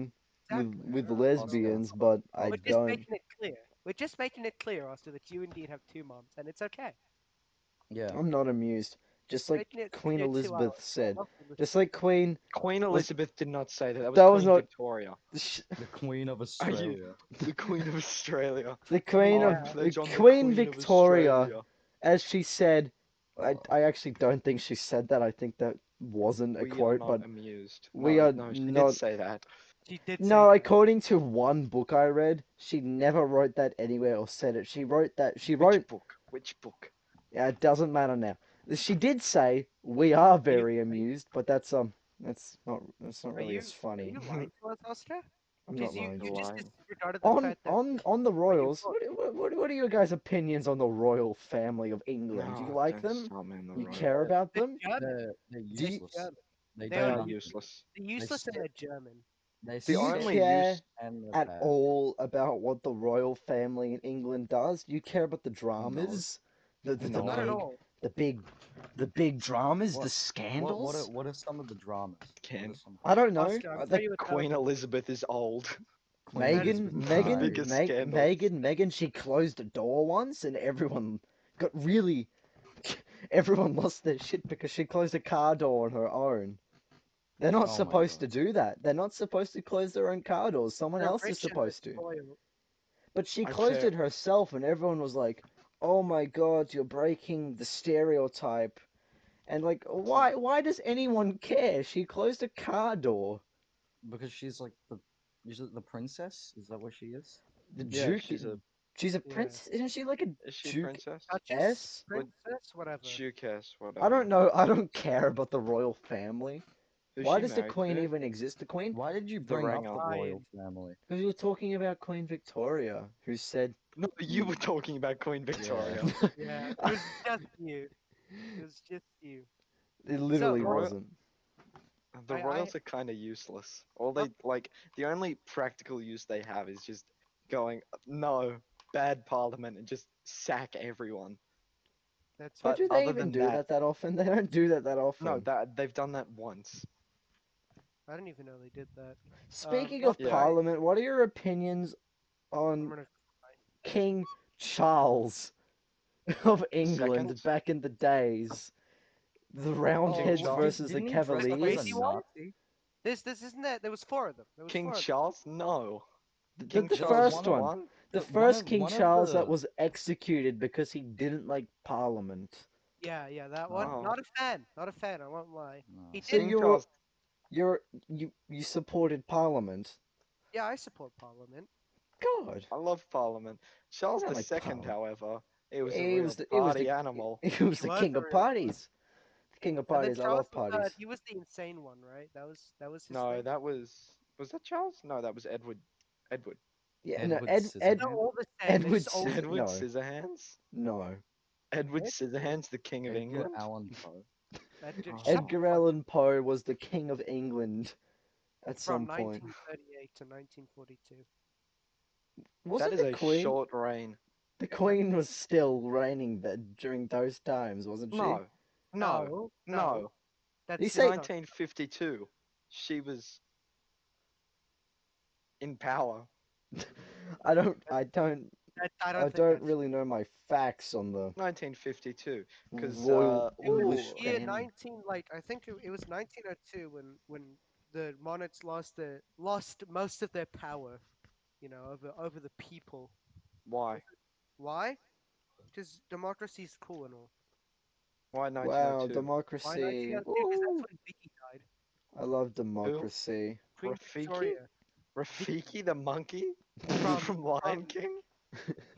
Speaker 1: with
Speaker 2: Exactly,
Speaker 1: with
Speaker 2: yeah.
Speaker 1: lesbians, but I
Speaker 2: We're just
Speaker 1: don't.
Speaker 2: making it clear. We're just making it clear, Oscar, that you indeed have two moms, and it's okay.
Speaker 4: Yeah.
Speaker 1: I'm not amused. Just like
Speaker 2: making it
Speaker 1: Queen
Speaker 2: clear to
Speaker 1: Elizabeth
Speaker 2: our-
Speaker 1: said.
Speaker 2: Well, it was-
Speaker 1: Just like Queen.
Speaker 3: Queen Elizabeth did not say that. That was
Speaker 1: That
Speaker 3: Queen
Speaker 1: was not-
Speaker 3: Victoria,
Speaker 1: sh-
Speaker 4: The Queen of Australia.
Speaker 3: the Queen of Australia.
Speaker 1: The Queen
Speaker 3: Oh,
Speaker 1: of
Speaker 2: yeah.
Speaker 3: they
Speaker 1: the
Speaker 3: jumped the
Speaker 1: Queen
Speaker 3: Queen of
Speaker 1: Victoria,
Speaker 3: Australia.
Speaker 1: as she said. I
Speaker 4: Oh.
Speaker 1: I actually don't think she said that. I think that wasn't a
Speaker 3: We are
Speaker 1: quote,
Speaker 3: not
Speaker 1: but
Speaker 3: amused.
Speaker 1: we
Speaker 3: no,
Speaker 1: are
Speaker 3: no, she
Speaker 1: not-
Speaker 3: did say that.
Speaker 2: She did.
Speaker 1: No,
Speaker 2: say that.
Speaker 1: according to one book I read, she never wrote that anywhere or said it. She wrote that she
Speaker 3: Which
Speaker 1: wrote
Speaker 3: book? Which book?
Speaker 1: yeah, it doesn't matter now. She did say we are very amused, but that's um that's not that's not
Speaker 2: Are
Speaker 1: really
Speaker 2: you-
Speaker 1: as
Speaker 2: Are
Speaker 1: funny.
Speaker 2: you lying to us, Oscar?
Speaker 1: I'm not
Speaker 2: Because you,
Speaker 1: lying.
Speaker 2: you just
Speaker 3: Lying.
Speaker 2: disregarded the
Speaker 1: On
Speaker 2: fact that
Speaker 1: on on the Royals,
Speaker 2: wrong?
Speaker 1: what, what what what are your guys' opinions on the royal family of England? Do you
Speaker 3: No,
Speaker 1: like
Speaker 3: don't
Speaker 1: them?
Speaker 3: start me on the
Speaker 1: You
Speaker 3: road.
Speaker 1: care about
Speaker 2: they're
Speaker 1: them?
Speaker 2: German.
Speaker 4: They're, they're
Speaker 1: you-
Speaker 4: useless. They,
Speaker 2: They
Speaker 4: do
Speaker 2: are
Speaker 3: They are
Speaker 4: nothing.
Speaker 3: useless.
Speaker 2: They're useless and
Speaker 4: sit-
Speaker 2: they're German.
Speaker 4: They
Speaker 3: The
Speaker 1: you
Speaker 4: sit
Speaker 3: only
Speaker 1: care
Speaker 3: use
Speaker 4: and they're
Speaker 1: At
Speaker 4: bad.
Speaker 1: all about what the royal family in England does? Do you care about the dramas? The, the, the
Speaker 3: No.
Speaker 2: Not at
Speaker 1: big-
Speaker 2: all.
Speaker 1: the big the big dramas,
Speaker 4: What-
Speaker 1: the
Speaker 4: what- What,
Speaker 1: scandals.
Speaker 4: what, are, what are some of the dramas? What
Speaker 3: Ken.
Speaker 4: are some-
Speaker 1: I don't know.
Speaker 2: Oscar, I'll
Speaker 1: Uh,
Speaker 2: tell
Speaker 1: the
Speaker 2: you what that
Speaker 3: Queen
Speaker 2: was.
Speaker 3: Elizabeth is old.
Speaker 4: Queen
Speaker 1: Megan,
Speaker 4: Elizabeth
Speaker 1: Megan,
Speaker 4: died.
Speaker 3: Biggest
Speaker 1: Meg,
Speaker 3: scandals.
Speaker 1: Megan, Megan. She closed the door once, and everyone got really. Everyone lost their shit because she closed a car door on her own. They're not
Speaker 4: Oh my
Speaker 1: supposed to
Speaker 4: God.
Speaker 1: do that. They're not supposed to close their own car doors. Someone
Speaker 2: They're
Speaker 1: else is
Speaker 2: rich and
Speaker 1: supposed to.
Speaker 2: spoiled.
Speaker 1: But she
Speaker 3: I
Speaker 1: closed
Speaker 3: care-
Speaker 1: it herself, and everyone was like, "Oh my God, you're breaking the stereotype." And like, why? Why does anyone care? She closed a car door.
Speaker 4: Because she's like the, is it the princess? Is that what she is?
Speaker 1: The
Speaker 3: Yeah,
Speaker 1: Duke.
Speaker 3: she's a
Speaker 1: she's a
Speaker 2: yeah.
Speaker 1: princess. Isn't she like a
Speaker 3: is she
Speaker 1: Duke-
Speaker 3: a princess?
Speaker 2: Duchess,
Speaker 1: S?
Speaker 3: Would-
Speaker 2: princess, whatever.
Speaker 3: Duchess, whatever.
Speaker 1: I don't know. I don't care about the royal family.
Speaker 3: Who's
Speaker 1: why
Speaker 3: she
Speaker 1: does the
Speaker 3: married
Speaker 1: queen
Speaker 3: to?
Speaker 1: even exist? The queen?
Speaker 4: Why did you bring up
Speaker 3: ring
Speaker 4: the
Speaker 3: of
Speaker 4: royal
Speaker 2: lion.
Speaker 4: family?
Speaker 1: Because we were talking about Queen Victoria, who said,
Speaker 3: No, you were talking about Queen Victoria.
Speaker 2: Yeah, it was just you. It was just you.
Speaker 1: It literally
Speaker 2: royal-
Speaker 1: wasn't.
Speaker 3: The
Speaker 2: I- I-
Speaker 3: royals are kind of useless. All they like, the only practical use they have is just going no bad parliament and just sack everyone.
Speaker 2: That's
Speaker 1: Why
Speaker 3: But
Speaker 2: what.
Speaker 1: do they
Speaker 3: other
Speaker 1: even
Speaker 3: than
Speaker 1: do
Speaker 3: that-
Speaker 1: that that often? They don't do that that often.
Speaker 3: No, uh, that they've done that once.
Speaker 2: I don't even know they did that.
Speaker 1: Speaking
Speaker 2: Um,
Speaker 1: of
Speaker 3: yeah.
Speaker 1: Parliament, what are your opinions
Speaker 2: I'm
Speaker 1: on
Speaker 2: gonna-
Speaker 1: King Charles of England
Speaker 3: Second.
Speaker 1: back in the days? the Roundheads
Speaker 3: Charles.
Speaker 1: Oh, versus the
Speaker 4: Didn't he dress up as a
Speaker 1: Cavaliers.
Speaker 4: Nazi?
Speaker 2: This, this isn't there. There was four of them. There was
Speaker 3: King
Speaker 2: four of them.
Speaker 3: Charles? No.
Speaker 1: The,
Speaker 4: King
Speaker 1: the
Speaker 4: Charles
Speaker 1: first
Speaker 4: wanted
Speaker 1: one,
Speaker 3: One?
Speaker 1: the
Speaker 4: One of-
Speaker 1: first King
Speaker 4: one of
Speaker 1: Charles that
Speaker 4: the-
Speaker 1: was executed because he didn't like Parliament.
Speaker 2: Yeah, yeah, that one.
Speaker 3: Oh.
Speaker 2: Not a fan. Not a fan. I won't lie.
Speaker 4: No.
Speaker 2: He
Speaker 1: So
Speaker 2: did.
Speaker 1: you're-
Speaker 3: Charles.
Speaker 1: You're you you supported Parliament.
Speaker 2: Yeah, I support Parliament.
Speaker 1: God,
Speaker 3: I love Parliament. Charles
Speaker 1: don't
Speaker 3: the
Speaker 1: like
Speaker 3: second,
Speaker 1: Parliament.
Speaker 3: however, it was a
Speaker 1: He
Speaker 3: real
Speaker 1: was the- he was
Speaker 3: party
Speaker 1: the-
Speaker 3: animal.
Speaker 1: he was the
Speaker 2: was
Speaker 1: king
Speaker 2: the
Speaker 1: of
Speaker 2: real-
Speaker 1: parties. The king of
Speaker 2: And then
Speaker 1: parties. I love
Speaker 2: Charles III,
Speaker 1: parties.
Speaker 2: He was uh, the insane one, right? That was that was his.
Speaker 3: No,
Speaker 2: thing.
Speaker 3: that was was that Charles? No, that was Edward. Edward.
Speaker 1: Yeah, no,
Speaker 4: Edward
Speaker 1: Ed, Ed,
Speaker 2: They're
Speaker 4: Scissorhands.
Speaker 2: all the same. they're
Speaker 1: Edward
Speaker 2: just all-
Speaker 1: Scissorhands.
Speaker 3: Edward
Speaker 1: Oh, no.
Speaker 3: Scissorhands.
Speaker 1: no.
Speaker 3: Edward Scissorhands, the King of
Speaker 4: Edgar
Speaker 3: England.
Speaker 4: Allan Poe.
Speaker 2: that dude-
Speaker 3: Oh.
Speaker 2: shut
Speaker 1: Edgar Allan Poe was the king of England at some
Speaker 2: from
Speaker 1: point.
Speaker 2: 1938 to 1942.
Speaker 1: Wasn't
Speaker 3: that is
Speaker 1: the
Speaker 3: a
Speaker 1: queen?
Speaker 3: short reign.
Speaker 1: The queen was still reigning there during those times, wasn't she?
Speaker 3: No, no, no.
Speaker 2: no. That's
Speaker 1: You
Speaker 2: just
Speaker 1: say-
Speaker 2: not-
Speaker 3: 1952. She was in power.
Speaker 1: I don't. I don't.
Speaker 2: that- I
Speaker 1: I
Speaker 2: don't,
Speaker 1: don't,
Speaker 2: think that's-
Speaker 1: really know my facts on the
Speaker 3: 1952. 'Cause,
Speaker 1: royal
Speaker 3: uh,
Speaker 2: It was
Speaker 1: English
Speaker 2: year
Speaker 1: family.
Speaker 2: 19, like I think it, it was 1902 when when the monarchs lost their lost most of their power, you know, over over the people.
Speaker 3: Why?
Speaker 2: Why? Because democracy's cool and all.
Speaker 3: Why
Speaker 1: Wow,
Speaker 3: 1902?
Speaker 2: Why
Speaker 1: democracy!
Speaker 2: 1902? Because
Speaker 1: Woo!
Speaker 2: that's when Vicky died.
Speaker 1: I love democracy.
Speaker 2: Queen
Speaker 3: Rafiki?
Speaker 2: Victoria.
Speaker 3: Rafiki the monkey
Speaker 2: From-
Speaker 3: from Lion
Speaker 2: from-
Speaker 3: King.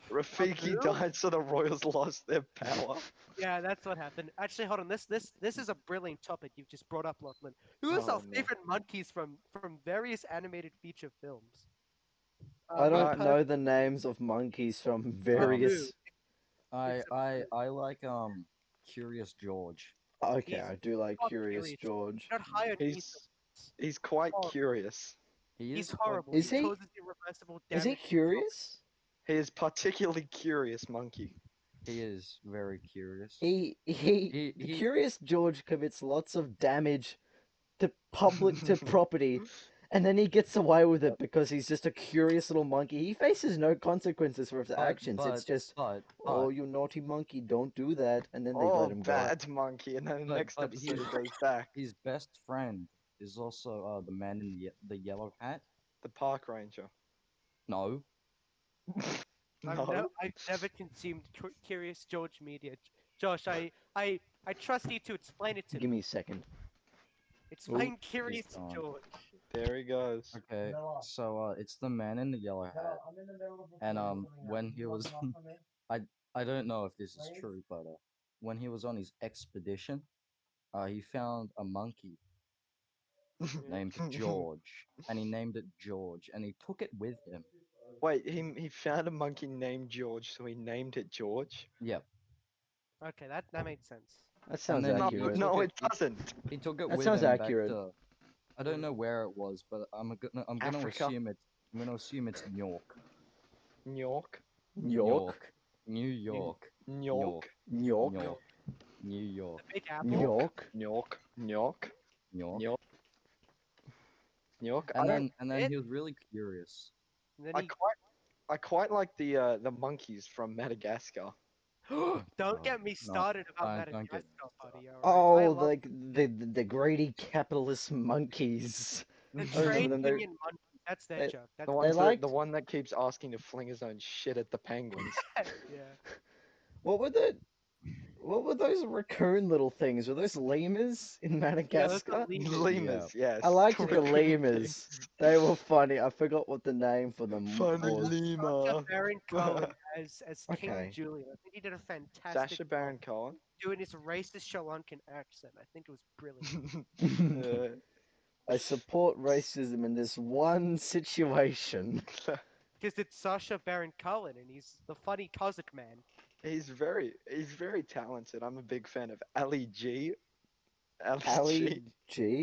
Speaker 3: Rafiki
Speaker 2: Blue?
Speaker 3: died, so the royals lost their power.
Speaker 2: Yeah, that's what happened. Actually, hold on. This this this is a brilliant topic you've just brought up, Lachlan. Who is
Speaker 3: Oh,
Speaker 2: our
Speaker 3: no.
Speaker 2: favorite monkeys from from various animated feature films? Uh,
Speaker 1: I don't
Speaker 2: Pooh,
Speaker 1: know the names of monkeys from various.
Speaker 4: I,
Speaker 2: It's a-
Speaker 4: I, I like um Curious George.
Speaker 1: Okay,
Speaker 2: He's
Speaker 1: I do like
Speaker 2: not
Speaker 1: Curious
Speaker 2: curious.
Speaker 1: George.
Speaker 2: Not hired.
Speaker 3: He's he's quite
Speaker 2: Oh.
Speaker 3: curious.
Speaker 4: He
Speaker 2: He's
Speaker 4: is quite-
Speaker 2: horrible.
Speaker 1: Is
Speaker 2: he
Speaker 1: he?
Speaker 2: causes irreversible damage.
Speaker 1: Is he
Speaker 2: to himself.
Speaker 1: curious?
Speaker 3: He is particularly curious monkey.
Speaker 4: He is very curious.
Speaker 1: He he.
Speaker 4: he, he-
Speaker 1: Curious George commits lots of damage to public to property, and then he gets away with it because he's just a curious little monkey. He faces no consequences for his
Speaker 4: but-
Speaker 1: actions. It's
Speaker 4: but-
Speaker 1: just
Speaker 4: but, but,
Speaker 1: Oh, you naughty monkey, don't do that. And then they
Speaker 3: oh,
Speaker 1: let him
Speaker 3: bad monkey! And then the
Speaker 4: But-
Speaker 3: next
Speaker 4: but he-
Speaker 3: episode he goes back.
Speaker 4: his best friend is also uh, the man in ye- the yellow hat.
Speaker 3: The park ranger.
Speaker 4: No,
Speaker 2: I've,
Speaker 3: No.
Speaker 2: Oh, no- I've never consumed cu- Curious George media. J- Josh, I, I, I trust you to explain it
Speaker 1: go.
Speaker 2: to
Speaker 1: Give
Speaker 2: me.
Speaker 1: me a second.
Speaker 2: Explain
Speaker 4: he's
Speaker 2: Curious
Speaker 4: gone.
Speaker 2: George.
Speaker 3: There he goes.
Speaker 4: okay. So uh, it's the man in the yellow hat. And um, when he was, I don't know if this is true, but uh, when he was on his expedition, uh, he found a monkey named George, and he named it George, and he took it with him.
Speaker 3: Wait, he he found a monkey named George, so he named it George.
Speaker 4: Yeah,
Speaker 2: Okay, that that made sense.
Speaker 1: That sounds
Speaker 4: then-
Speaker 3: No,
Speaker 1: accurate.
Speaker 3: no,
Speaker 4: Look
Speaker 3: it
Speaker 4: at-
Speaker 3: doesn't.
Speaker 4: he took it
Speaker 1: That
Speaker 4: with
Speaker 1: sounds
Speaker 4: him
Speaker 1: accurate.
Speaker 4: back to. I don't know where it was, but I'm gonna I'm gonna
Speaker 3: Africa?
Speaker 4: assume it. I'm gonna assume it's York.
Speaker 3: New York.
Speaker 1: York,
Speaker 4: New York.
Speaker 3: New
Speaker 4: York.
Speaker 1: York,
Speaker 3: York.
Speaker 1: York,
Speaker 4: York. New York.
Speaker 2: Big Apple.
Speaker 1: York.
Speaker 3: New York. New York.
Speaker 4: York.
Speaker 3: New York. New York. I
Speaker 4: And
Speaker 3: don't.
Speaker 4: then and then
Speaker 2: it-
Speaker 4: he was really curious.
Speaker 2: And then
Speaker 3: I
Speaker 2: he-
Speaker 3: quite. I quite like the uh, the monkeys from Madagascar.
Speaker 4: No,
Speaker 2: don't get me
Speaker 4: uh, no,
Speaker 2: started about
Speaker 4: don't- don't get
Speaker 2: Madagascar,
Speaker 4: me
Speaker 2: buddy. alright? I
Speaker 1: Oh,
Speaker 2: love
Speaker 1: like the the greedy capitalist monkeys.
Speaker 2: the
Speaker 4: mm,
Speaker 1: I remember
Speaker 2: trade
Speaker 1: them, they-
Speaker 2: union money. That's their
Speaker 1: they-
Speaker 2: joke. That's
Speaker 3: The one,
Speaker 1: liked-
Speaker 3: the one that keeps asking to fling his own shit at the penguins.
Speaker 2: yeah.
Speaker 1: What were the what were those raccoon little things? Were those lemurs in
Speaker 2: those
Speaker 1: Madagascar?
Speaker 2: are lemurs.
Speaker 3: Lemurs, yes.
Speaker 1: I liked the
Speaker 3: Raccoon
Speaker 1: lemurs. They were funny. I forgot what the name for them
Speaker 3: kings. Funny
Speaker 1: was.
Speaker 3: lemur.
Speaker 2: Sacha Baron Cohen as as King
Speaker 1: Okay.
Speaker 2: Julian. I think he did a fantastic
Speaker 3: Sasha Baron Cohen.
Speaker 2: doing his racist Sri Lankan accent. I think it was brilliant.
Speaker 3: Uh,
Speaker 1: I support racism in this one situation.
Speaker 2: Because it's Sasha Baron Cohen, and he's the funny Cossack man.
Speaker 3: he's very he's very talented. I'm a big fan of Ali G. Ali,
Speaker 1: Ali
Speaker 3: G.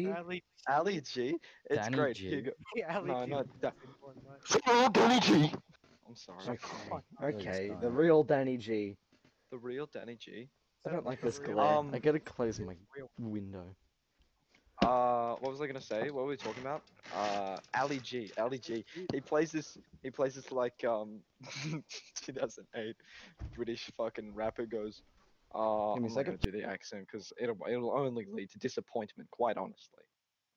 Speaker 1: G.
Speaker 2: Ali,
Speaker 3: Ali G. It's
Speaker 4: Danny
Speaker 3: great.
Speaker 4: G.
Speaker 3: Here you go.
Speaker 2: Ali
Speaker 3: No,
Speaker 2: G
Speaker 3: not
Speaker 2: was
Speaker 3: that.
Speaker 2: the good one, right?
Speaker 3: I'm sorry.
Speaker 1: Okay.
Speaker 2: Fuck.
Speaker 1: Okay,
Speaker 4: Sorry.
Speaker 1: the real Danny G.
Speaker 3: The real Danny G.
Speaker 1: I don't
Speaker 2: Sounds
Speaker 1: like this
Speaker 2: real. Oh,
Speaker 1: glare.
Speaker 3: Um,
Speaker 1: I gotta close my
Speaker 2: real.
Speaker 1: window.
Speaker 3: Uh, what was I gonna say? What were we talking about? Uh, Ali G. Ali G. He plays this. He plays this like um, 2008 British fucking rapper goes. Uh,
Speaker 1: Give me a
Speaker 3: I'm not gonna
Speaker 1: second.
Speaker 3: do the accent because it'll it'll only lead to disappointment, quite honestly.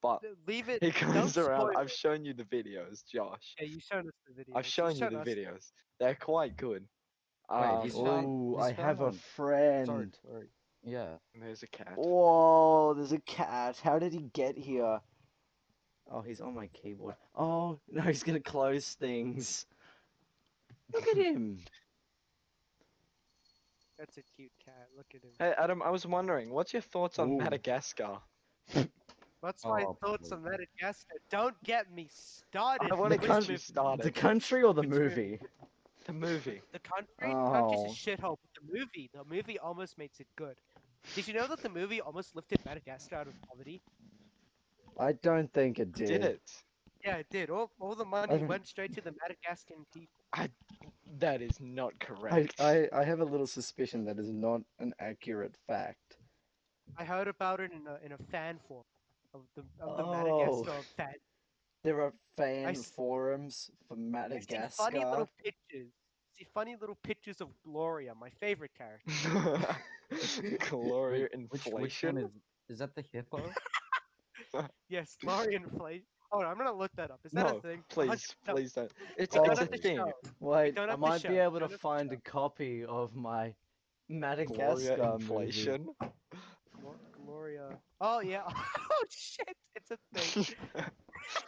Speaker 3: But
Speaker 2: Leave it.
Speaker 3: he
Speaker 2: don't
Speaker 3: comes
Speaker 2: spoil
Speaker 3: around.
Speaker 2: it.
Speaker 3: I've shown you the videos, Josh.
Speaker 2: Yeah, you've shown us the video.
Speaker 3: I've shown you the videos. They're quite good. Um,
Speaker 4: he's found-
Speaker 1: Oh,
Speaker 4: he's
Speaker 1: I have a
Speaker 4: found
Speaker 1: friend.
Speaker 4: Sorry, sorry. Yeah.
Speaker 3: There's a cat.
Speaker 1: Oh, there's a cat. How did he get here? Oh, he's on my keyboard. Oh, no, he's gonna close things. Look at him.
Speaker 2: That's a cute cat. Look at him.
Speaker 3: Hey Adam, I was wondering, what's your thoughts on
Speaker 1: Ooh.
Speaker 3: Madagascar?
Speaker 2: What's my
Speaker 4: Oh,
Speaker 2: thoughts on
Speaker 4: absolutely.
Speaker 2: Madagascar? Don't get me started.
Speaker 3: I want to
Speaker 1: the
Speaker 2: with
Speaker 3: get
Speaker 1: country-
Speaker 3: you
Speaker 2: this-
Speaker 1: The
Speaker 3: started.
Speaker 1: country or the
Speaker 2: It's weird.
Speaker 1: movie?
Speaker 3: The movie.
Speaker 2: The country, the country's
Speaker 1: Oh.
Speaker 2: a shithole. But the movie, the movie almost makes it good. Did you know that the movie almost lifted Madagascar out of poverty?
Speaker 1: I don't think it did.
Speaker 3: Did it?
Speaker 2: Yeah, it did. All, all the money
Speaker 1: haven't-
Speaker 2: went straight to the Madagascan people.
Speaker 3: That is not
Speaker 1: I,
Speaker 3: correct.
Speaker 1: I, I have a little suspicion that is not an accurate fact.
Speaker 2: I heard about it in a in a fan form of the of the
Speaker 1: Oh.
Speaker 2: Madagascar fan.
Speaker 1: There are fan
Speaker 2: s-
Speaker 1: forums for
Speaker 2: I see funny
Speaker 1: Madagascar.
Speaker 2: little pictures. See funny little pictures of Gloria, my favorite character.
Speaker 3: Gloria
Speaker 4: Which, which one
Speaker 3: inflation.
Speaker 4: is, is that the hippo?
Speaker 2: Yes, Gloria inflation. Hold on, I'm gonna look that up. Is that
Speaker 3: No,
Speaker 2: a thing?
Speaker 3: Please, please don't. It's
Speaker 1: Oh,
Speaker 3: a
Speaker 1: it's
Speaker 3: it's a
Speaker 1: a
Speaker 3: thing.
Speaker 1: Wait,
Speaker 2: don't
Speaker 1: I
Speaker 2: have to
Speaker 1: might
Speaker 2: show-
Speaker 1: be able
Speaker 2: don't
Speaker 1: to
Speaker 2: have to
Speaker 1: find a copy of my
Speaker 3: Gloria
Speaker 1: Madagascar movie.
Speaker 3: inflation.
Speaker 2: Gloria. Oh yeah. Oh shit! It's a thing.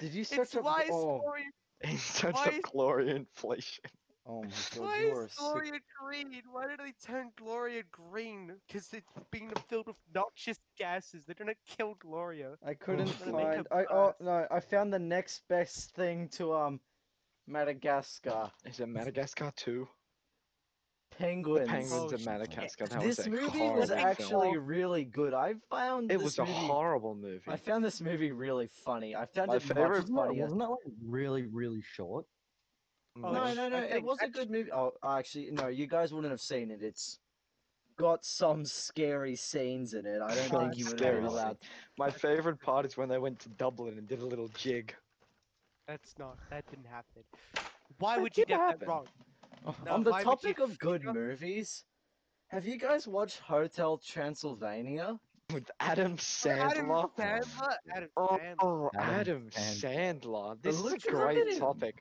Speaker 1: Did you search
Speaker 2: it's
Speaker 1: up?
Speaker 2: why is
Speaker 1: oh,
Speaker 2: Gloria.
Speaker 3: It's such
Speaker 2: Why
Speaker 3: a
Speaker 2: is-
Speaker 3: Gloria inflation.
Speaker 1: oh my god,
Speaker 2: Why
Speaker 1: you are a
Speaker 2: is
Speaker 1: sick.
Speaker 2: Gloria green? Why did they turn Gloria green? Because it's being filled with noxious gases. They're gonna kill Gloria.
Speaker 1: I couldn't
Speaker 3: gonna
Speaker 2: make
Speaker 1: find.
Speaker 2: a
Speaker 1: I oh
Speaker 2: pass.
Speaker 1: no, I found the next best thing to um, Madagascar
Speaker 3: Is it Madagascar 2? The
Speaker 1: penguins.
Speaker 3: Penguins
Speaker 2: Oh,
Speaker 3: of Madagascar. That was
Speaker 1: This
Speaker 3: a
Speaker 1: movie
Speaker 3: horrible
Speaker 1: was
Speaker 3: film.
Speaker 1: actually really good. I found
Speaker 3: It
Speaker 1: this
Speaker 3: was a
Speaker 1: movie.
Speaker 3: horrible movie.
Speaker 1: I found this movie really funny. I found
Speaker 3: My
Speaker 1: it much
Speaker 3: favorite
Speaker 4: Wasn't that,
Speaker 1: funnier.
Speaker 4: wasn't that like really, really short?
Speaker 3: Mm.
Speaker 2: Oh,
Speaker 1: No,
Speaker 2: it's-
Speaker 1: no,
Speaker 2: I
Speaker 1: no. It
Speaker 2: think
Speaker 1: was a good movie. Oh, actually, no. You guys wouldn't have seen it. It's got some scary scenes in it. I don't
Speaker 3: Oh,
Speaker 1: think you would have
Speaker 3: scary
Speaker 1: been allowed.
Speaker 3: My favorite part is when they went to Dublin and did a little jig.
Speaker 2: That's not. That didn't happen. Why
Speaker 3: That
Speaker 2: would you
Speaker 3: did
Speaker 2: get
Speaker 3: happen.
Speaker 2: that wrong? No,
Speaker 1: On the
Speaker 2: why would you
Speaker 1: topic of good
Speaker 2: up-
Speaker 1: movies, have you guys watched Hotel Transylvania?
Speaker 3: With Adam
Speaker 2: Adam
Speaker 3: Sandler.
Speaker 2: Sandler. Adam
Speaker 3: Oh,
Speaker 2: Sandler.
Speaker 3: oh, Adam
Speaker 4: Adam
Speaker 3: Sandler. This is a
Speaker 1: look at
Speaker 3: great
Speaker 1: him.
Speaker 3: topic.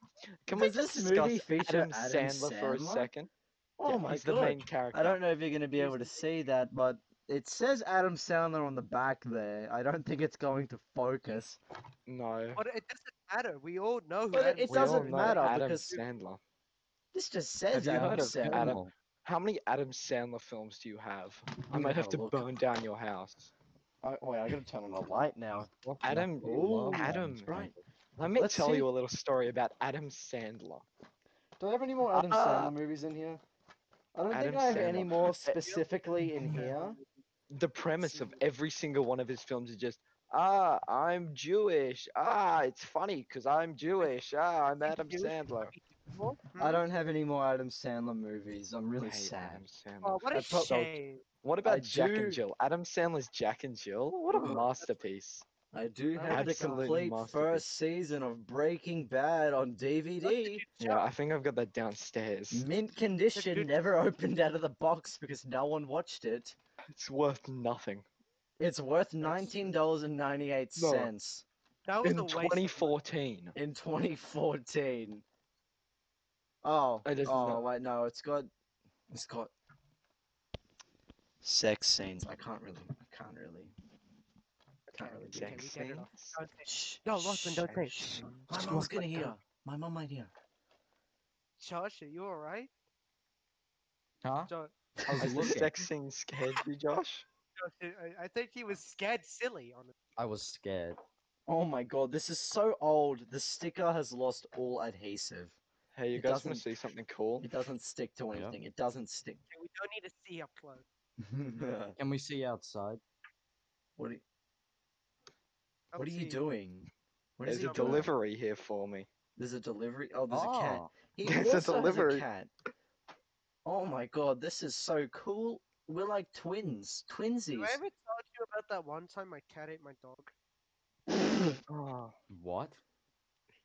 Speaker 3: Can
Speaker 1: Does
Speaker 3: we
Speaker 1: this
Speaker 3: discuss
Speaker 1: movie feature
Speaker 3: Adam,
Speaker 1: Adam
Speaker 3: Sandler, for a
Speaker 1: Sandler?
Speaker 3: second?
Speaker 1: Oh
Speaker 3: Yeah,
Speaker 1: my
Speaker 3: he's
Speaker 1: god!
Speaker 3: the main character.
Speaker 1: I don't know if you're gonna be
Speaker 2: He's
Speaker 1: able
Speaker 2: the
Speaker 1: to see that, but it says Adam Sandler on the back there. I don't think it's going to focus.
Speaker 3: know.
Speaker 2: But it doesn't matter. We all know. Who
Speaker 1: But it-
Speaker 2: Adam
Speaker 1: it
Speaker 3: We
Speaker 2: Sandler
Speaker 3: all
Speaker 1: doesn't
Speaker 2: is.
Speaker 3: know
Speaker 1: matter
Speaker 3: Adam
Speaker 1: because-
Speaker 3: Sandler.
Speaker 1: This just says
Speaker 3: you
Speaker 1: Adam
Speaker 3: heard of
Speaker 1: Sandler.
Speaker 3: Adam-
Speaker 4: Animal.
Speaker 3: How many Adam Sandler films do you have? I
Speaker 1: I'm
Speaker 3: might
Speaker 1: gonna
Speaker 3: have to
Speaker 1: look.
Speaker 3: burn down your house.
Speaker 1: I, wait, I gotta turn on the light now.
Speaker 4: Fucking
Speaker 3: Adam-
Speaker 4: hell, we love
Speaker 1: Ooh,
Speaker 3: Adam.
Speaker 4: Sandler.
Speaker 1: Right.
Speaker 3: Let me
Speaker 1: Let's
Speaker 3: tell
Speaker 1: see.
Speaker 3: you a little story about Adam Sandler.
Speaker 1: Do I have any more Adam
Speaker 3: Ah.
Speaker 1: Sandler movies in here? I don't
Speaker 3: Adam
Speaker 1: think I have any
Speaker 3: Sandler.
Speaker 1: more specifically in here.
Speaker 3: The premise of every single one of his films is just, ah, I'm Jewish. Ah, it's funny because I'm Jewish. Ah, I'm Adam
Speaker 2: Jewish
Speaker 3: Sandler.
Speaker 2: Well,
Speaker 1: I
Speaker 2: hmm.
Speaker 1: don't have any more Adam Sandler movies. I'm really
Speaker 3: I hate
Speaker 1: sad.
Speaker 3: Adam Sandler.
Speaker 2: Oh, what a
Speaker 1: I pro- so-
Speaker 2: shame.
Speaker 3: What about
Speaker 1: I
Speaker 3: Jack
Speaker 1: do-
Speaker 3: and Jill? Adam Sandler's Jack and Jill? What a
Speaker 2: Hmm.
Speaker 3: masterpiece.
Speaker 1: I do
Speaker 2: Oh,
Speaker 1: have the
Speaker 3: absolute
Speaker 1: complete
Speaker 3: masterpiece.
Speaker 1: first season of Breaking Bad on
Speaker 2: Look at
Speaker 1: DVD.
Speaker 2: you,
Speaker 3: Yeah, I think I've got that downstairs.
Speaker 1: Mint condition
Speaker 2: good-
Speaker 1: never opened out of the box because no one watched it.
Speaker 3: It's worth nothing.
Speaker 1: It's worth $19.98
Speaker 2: That was
Speaker 3: In
Speaker 2: a waste. of money.
Speaker 3: 2014.
Speaker 1: in 2014. Oh,
Speaker 3: It is
Speaker 1: oh
Speaker 3: not-
Speaker 1: wait, no, it's got it's got sex scenes. I can't really I can't really can't really do
Speaker 2: Okay,
Speaker 1: it.
Speaker 2: we
Speaker 3: Sex
Speaker 2: get it off.
Speaker 3: scenes?
Speaker 2: Don't say-
Speaker 1: Shh,
Speaker 2: No, Lachlan,
Speaker 1: shh,
Speaker 2: don't say.
Speaker 1: shh.
Speaker 2: it.
Speaker 1: My mom's
Speaker 2: Shh,
Speaker 1: gonna
Speaker 2: Lachlan,
Speaker 1: hear.
Speaker 2: don't.
Speaker 1: My mom might hear.
Speaker 2: Josh, are you alright?
Speaker 4: Huh?
Speaker 2: Josh,
Speaker 4: I was
Speaker 3: Has the
Speaker 4: looking.
Speaker 3: sex scene scared you, Josh?
Speaker 2: Josh, I, I think he was scared silly on
Speaker 4: I was scared.
Speaker 1: Oh my god, this is so old. The sticker has lost all adhesive.
Speaker 3: Hey, you
Speaker 1: It
Speaker 3: guys want to
Speaker 1: doesn't-
Speaker 3: see something cool?
Speaker 1: It doesn't stick to
Speaker 4: Yeah.
Speaker 1: anything. It doesn't stick.
Speaker 2: Okay, we don't need to see up close.
Speaker 1: what
Speaker 4: Can we see outside?
Speaker 1: are,
Speaker 2: Don't
Speaker 1: what are you
Speaker 2: see.
Speaker 1: doing? What is
Speaker 3: There's
Speaker 1: he
Speaker 3: a
Speaker 1: doing?
Speaker 3: delivery here for me.
Speaker 1: There's a delivery. Oh, there's a cat.
Speaker 4: Oh,
Speaker 1: He
Speaker 3: There's a
Speaker 1: also has a
Speaker 3: delivery.
Speaker 1: cat. Oh my god, this is so cool. We're like twins,
Speaker 2: Did
Speaker 1: twinsies.
Speaker 2: I ever told you about that one time my cat ate my dog?
Speaker 3: Oh,
Speaker 4: What?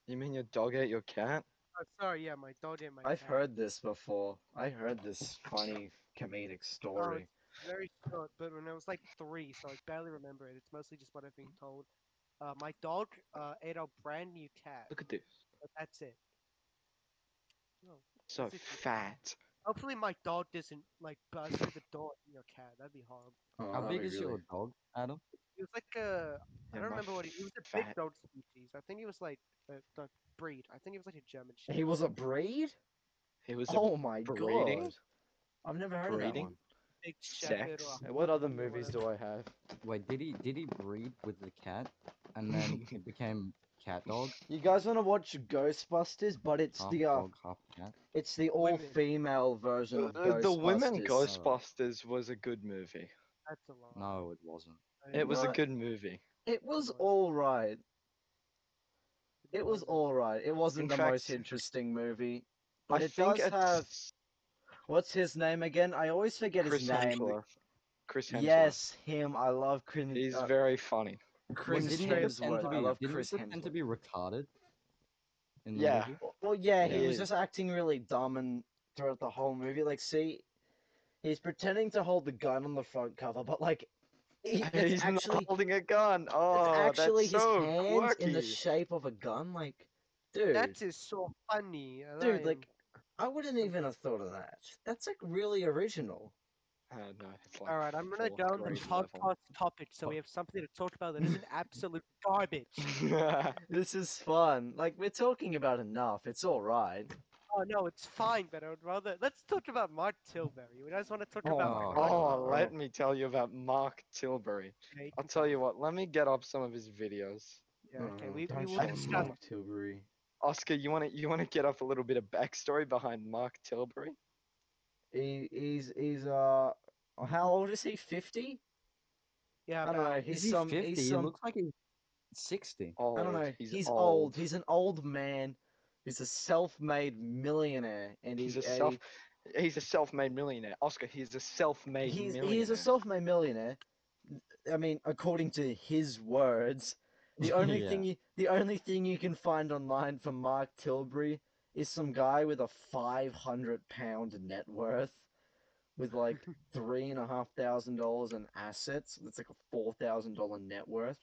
Speaker 3: you mean your dog ate your cat?
Speaker 2: Oh, sorry, yeah, my dog ate my
Speaker 1: I've
Speaker 2: cat.
Speaker 1: heard this before. I heard this funny comedic story.
Speaker 2: very short, but when I was like three, so I barely remember it. It's mostly just what I've been told. Uh, my dog uh, ate our brand new cat,
Speaker 3: Look at this.
Speaker 2: but that's it.
Speaker 3: So
Speaker 2: Six-
Speaker 3: fat.
Speaker 2: Hopefully, my dog doesn't like buzz through the door at your cat. That'd be horrible.
Speaker 1: Oh,
Speaker 4: How
Speaker 1: that'd
Speaker 4: big
Speaker 1: be
Speaker 4: is your
Speaker 1: really-
Speaker 4: dog, Adam?
Speaker 2: It was like a. I don't
Speaker 3: Yeah, my
Speaker 2: remember what he. It was a big
Speaker 3: fat-
Speaker 2: dog species. I think he was like a, the breed. I think he was like a German Shepherd.
Speaker 1: He was a breed?
Speaker 3: It was
Speaker 1: Oh my
Speaker 3: breeding?
Speaker 1: god. I've never heard
Speaker 3: Breeding?
Speaker 1: of
Speaker 2: big shepherd. Or
Speaker 3: sex.
Speaker 1: that one. What other movies do I have?
Speaker 4: Wait, did he did he breed with the cat, and then it became cat dog,
Speaker 1: You guys want to watch Ghostbusters, but it's
Speaker 3: Oh,
Speaker 4: half
Speaker 1: the uh,
Speaker 4: dog, half cat?
Speaker 1: it's the
Speaker 2: Women.
Speaker 1: all-female version
Speaker 3: Uh,
Speaker 1: of
Speaker 3: The,
Speaker 1: Ghostbusters.
Speaker 3: the Women
Speaker 4: Ghostbusters.
Speaker 3: Ghostbusters was a good movie.
Speaker 2: a- that's a lot.
Speaker 4: No, it wasn't.
Speaker 3: It was a
Speaker 1: What?
Speaker 3: good movie.
Speaker 1: It was
Speaker 2: was.
Speaker 1: all right. It was all right. It wasn't
Speaker 3: In
Speaker 1: the most
Speaker 3: fact,
Speaker 1: interesting movie, but
Speaker 3: I
Speaker 1: it
Speaker 3: think
Speaker 1: does
Speaker 3: it's
Speaker 1: have what's his name again? I always forget
Speaker 3: Chris
Speaker 1: his name.
Speaker 3: Hemsworth. Chris Hemsworth.
Speaker 1: Yes, him. I love Chris.
Speaker 3: He's
Speaker 1: uh,
Speaker 3: very funny.
Speaker 1: Chris
Speaker 4: Wait, didn't he pretend
Speaker 1: Hemsworth.
Speaker 4: to
Speaker 1: I
Speaker 4: be,
Speaker 1: love
Speaker 4: didn't
Speaker 1: Chris
Speaker 4: he pretend to
Speaker 1: Hemsworth.
Speaker 4: be retarded? In
Speaker 3: Yeah.
Speaker 4: The movie?
Speaker 1: Well- Well, yeah, he
Speaker 3: Yeah.
Speaker 1: was just acting really dumb and throughout the whole movie. Like, see, he's pretending to hold the gun on the front cover, but like, he, it's
Speaker 3: He's not
Speaker 1: actually
Speaker 3: holding a gun. Oh,
Speaker 1: it's actually
Speaker 3: that's
Speaker 1: his
Speaker 3: so
Speaker 1: hand
Speaker 3: quirky.
Speaker 1: in the shape of a gun. Like, dude,
Speaker 2: That is so funny. and I
Speaker 1: dude,
Speaker 2: am-
Speaker 1: like, I wouldn't even have thought of that. That's like really original.
Speaker 3: Oh, no, it's like
Speaker 2: All right, I'm gonna
Speaker 3: fourth
Speaker 2: down the
Speaker 3: grade
Speaker 2: podcast
Speaker 3: level.
Speaker 2: topic so we have something to talk about that isn't absolute garbage.
Speaker 1: This is fun. Like, we're talking about enough. It's all right.
Speaker 2: Oh no, it's fine, but I would rather let's talk about Mark Tilbury. We just want to talk about.
Speaker 4: Oh,
Speaker 2: my
Speaker 3: oh,
Speaker 4: oh.
Speaker 3: let me tell you about Mark Tilbury.
Speaker 2: okay,
Speaker 1: Oh.
Speaker 3: I'll tell you what, let me get up some of his videos.
Speaker 2: Yeah, okay, we,
Speaker 1: Mm, don't
Speaker 2: we will
Speaker 1: show
Speaker 2: discuss.
Speaker 1: Tilbury.
Speaker 3: Oscar, you wanna you wanna get up a little bit of backstory behind Mark Tilbury?
Speaker 1: He, he's he's uh, how old is he? Fifty?
Speaker 2: Yeah,
Speaker 1: I don't
Speaker 2: but
Speaker 1: know.
Speaker 4: Is
Speaker 1: He's
Speaker 4: he
Speaker 1: some.
Speaker 4: 50?
Speaker 1: He's
Speaker 4: He
Speaker 1: some.
Speaker 4: looks like he's 60.
Speaker 3: Old.
Speaker 1: I don't know. He's,
Speaker 3: He's,
Speaker 1: old. He's an old man. He's a self-made millionaire, and
Speaker 3: He's
Speaker 1: he's,
Speaker 3: a self he's a self made millionaire. Oscar, he's a self made
Speaker 1: He's
Speaker 3: millionaire.
Speaker 1: he is a self-made millionaire. I mean, according to his words, the only
Speaker 4: Yeah.
Speaker 1: thing you, the only thing you can find online for Mark Tilbury is some guy with a five hundred pound net worth, with like three and a half thousand dollars in assets. That's like a four thousand dollar net worth.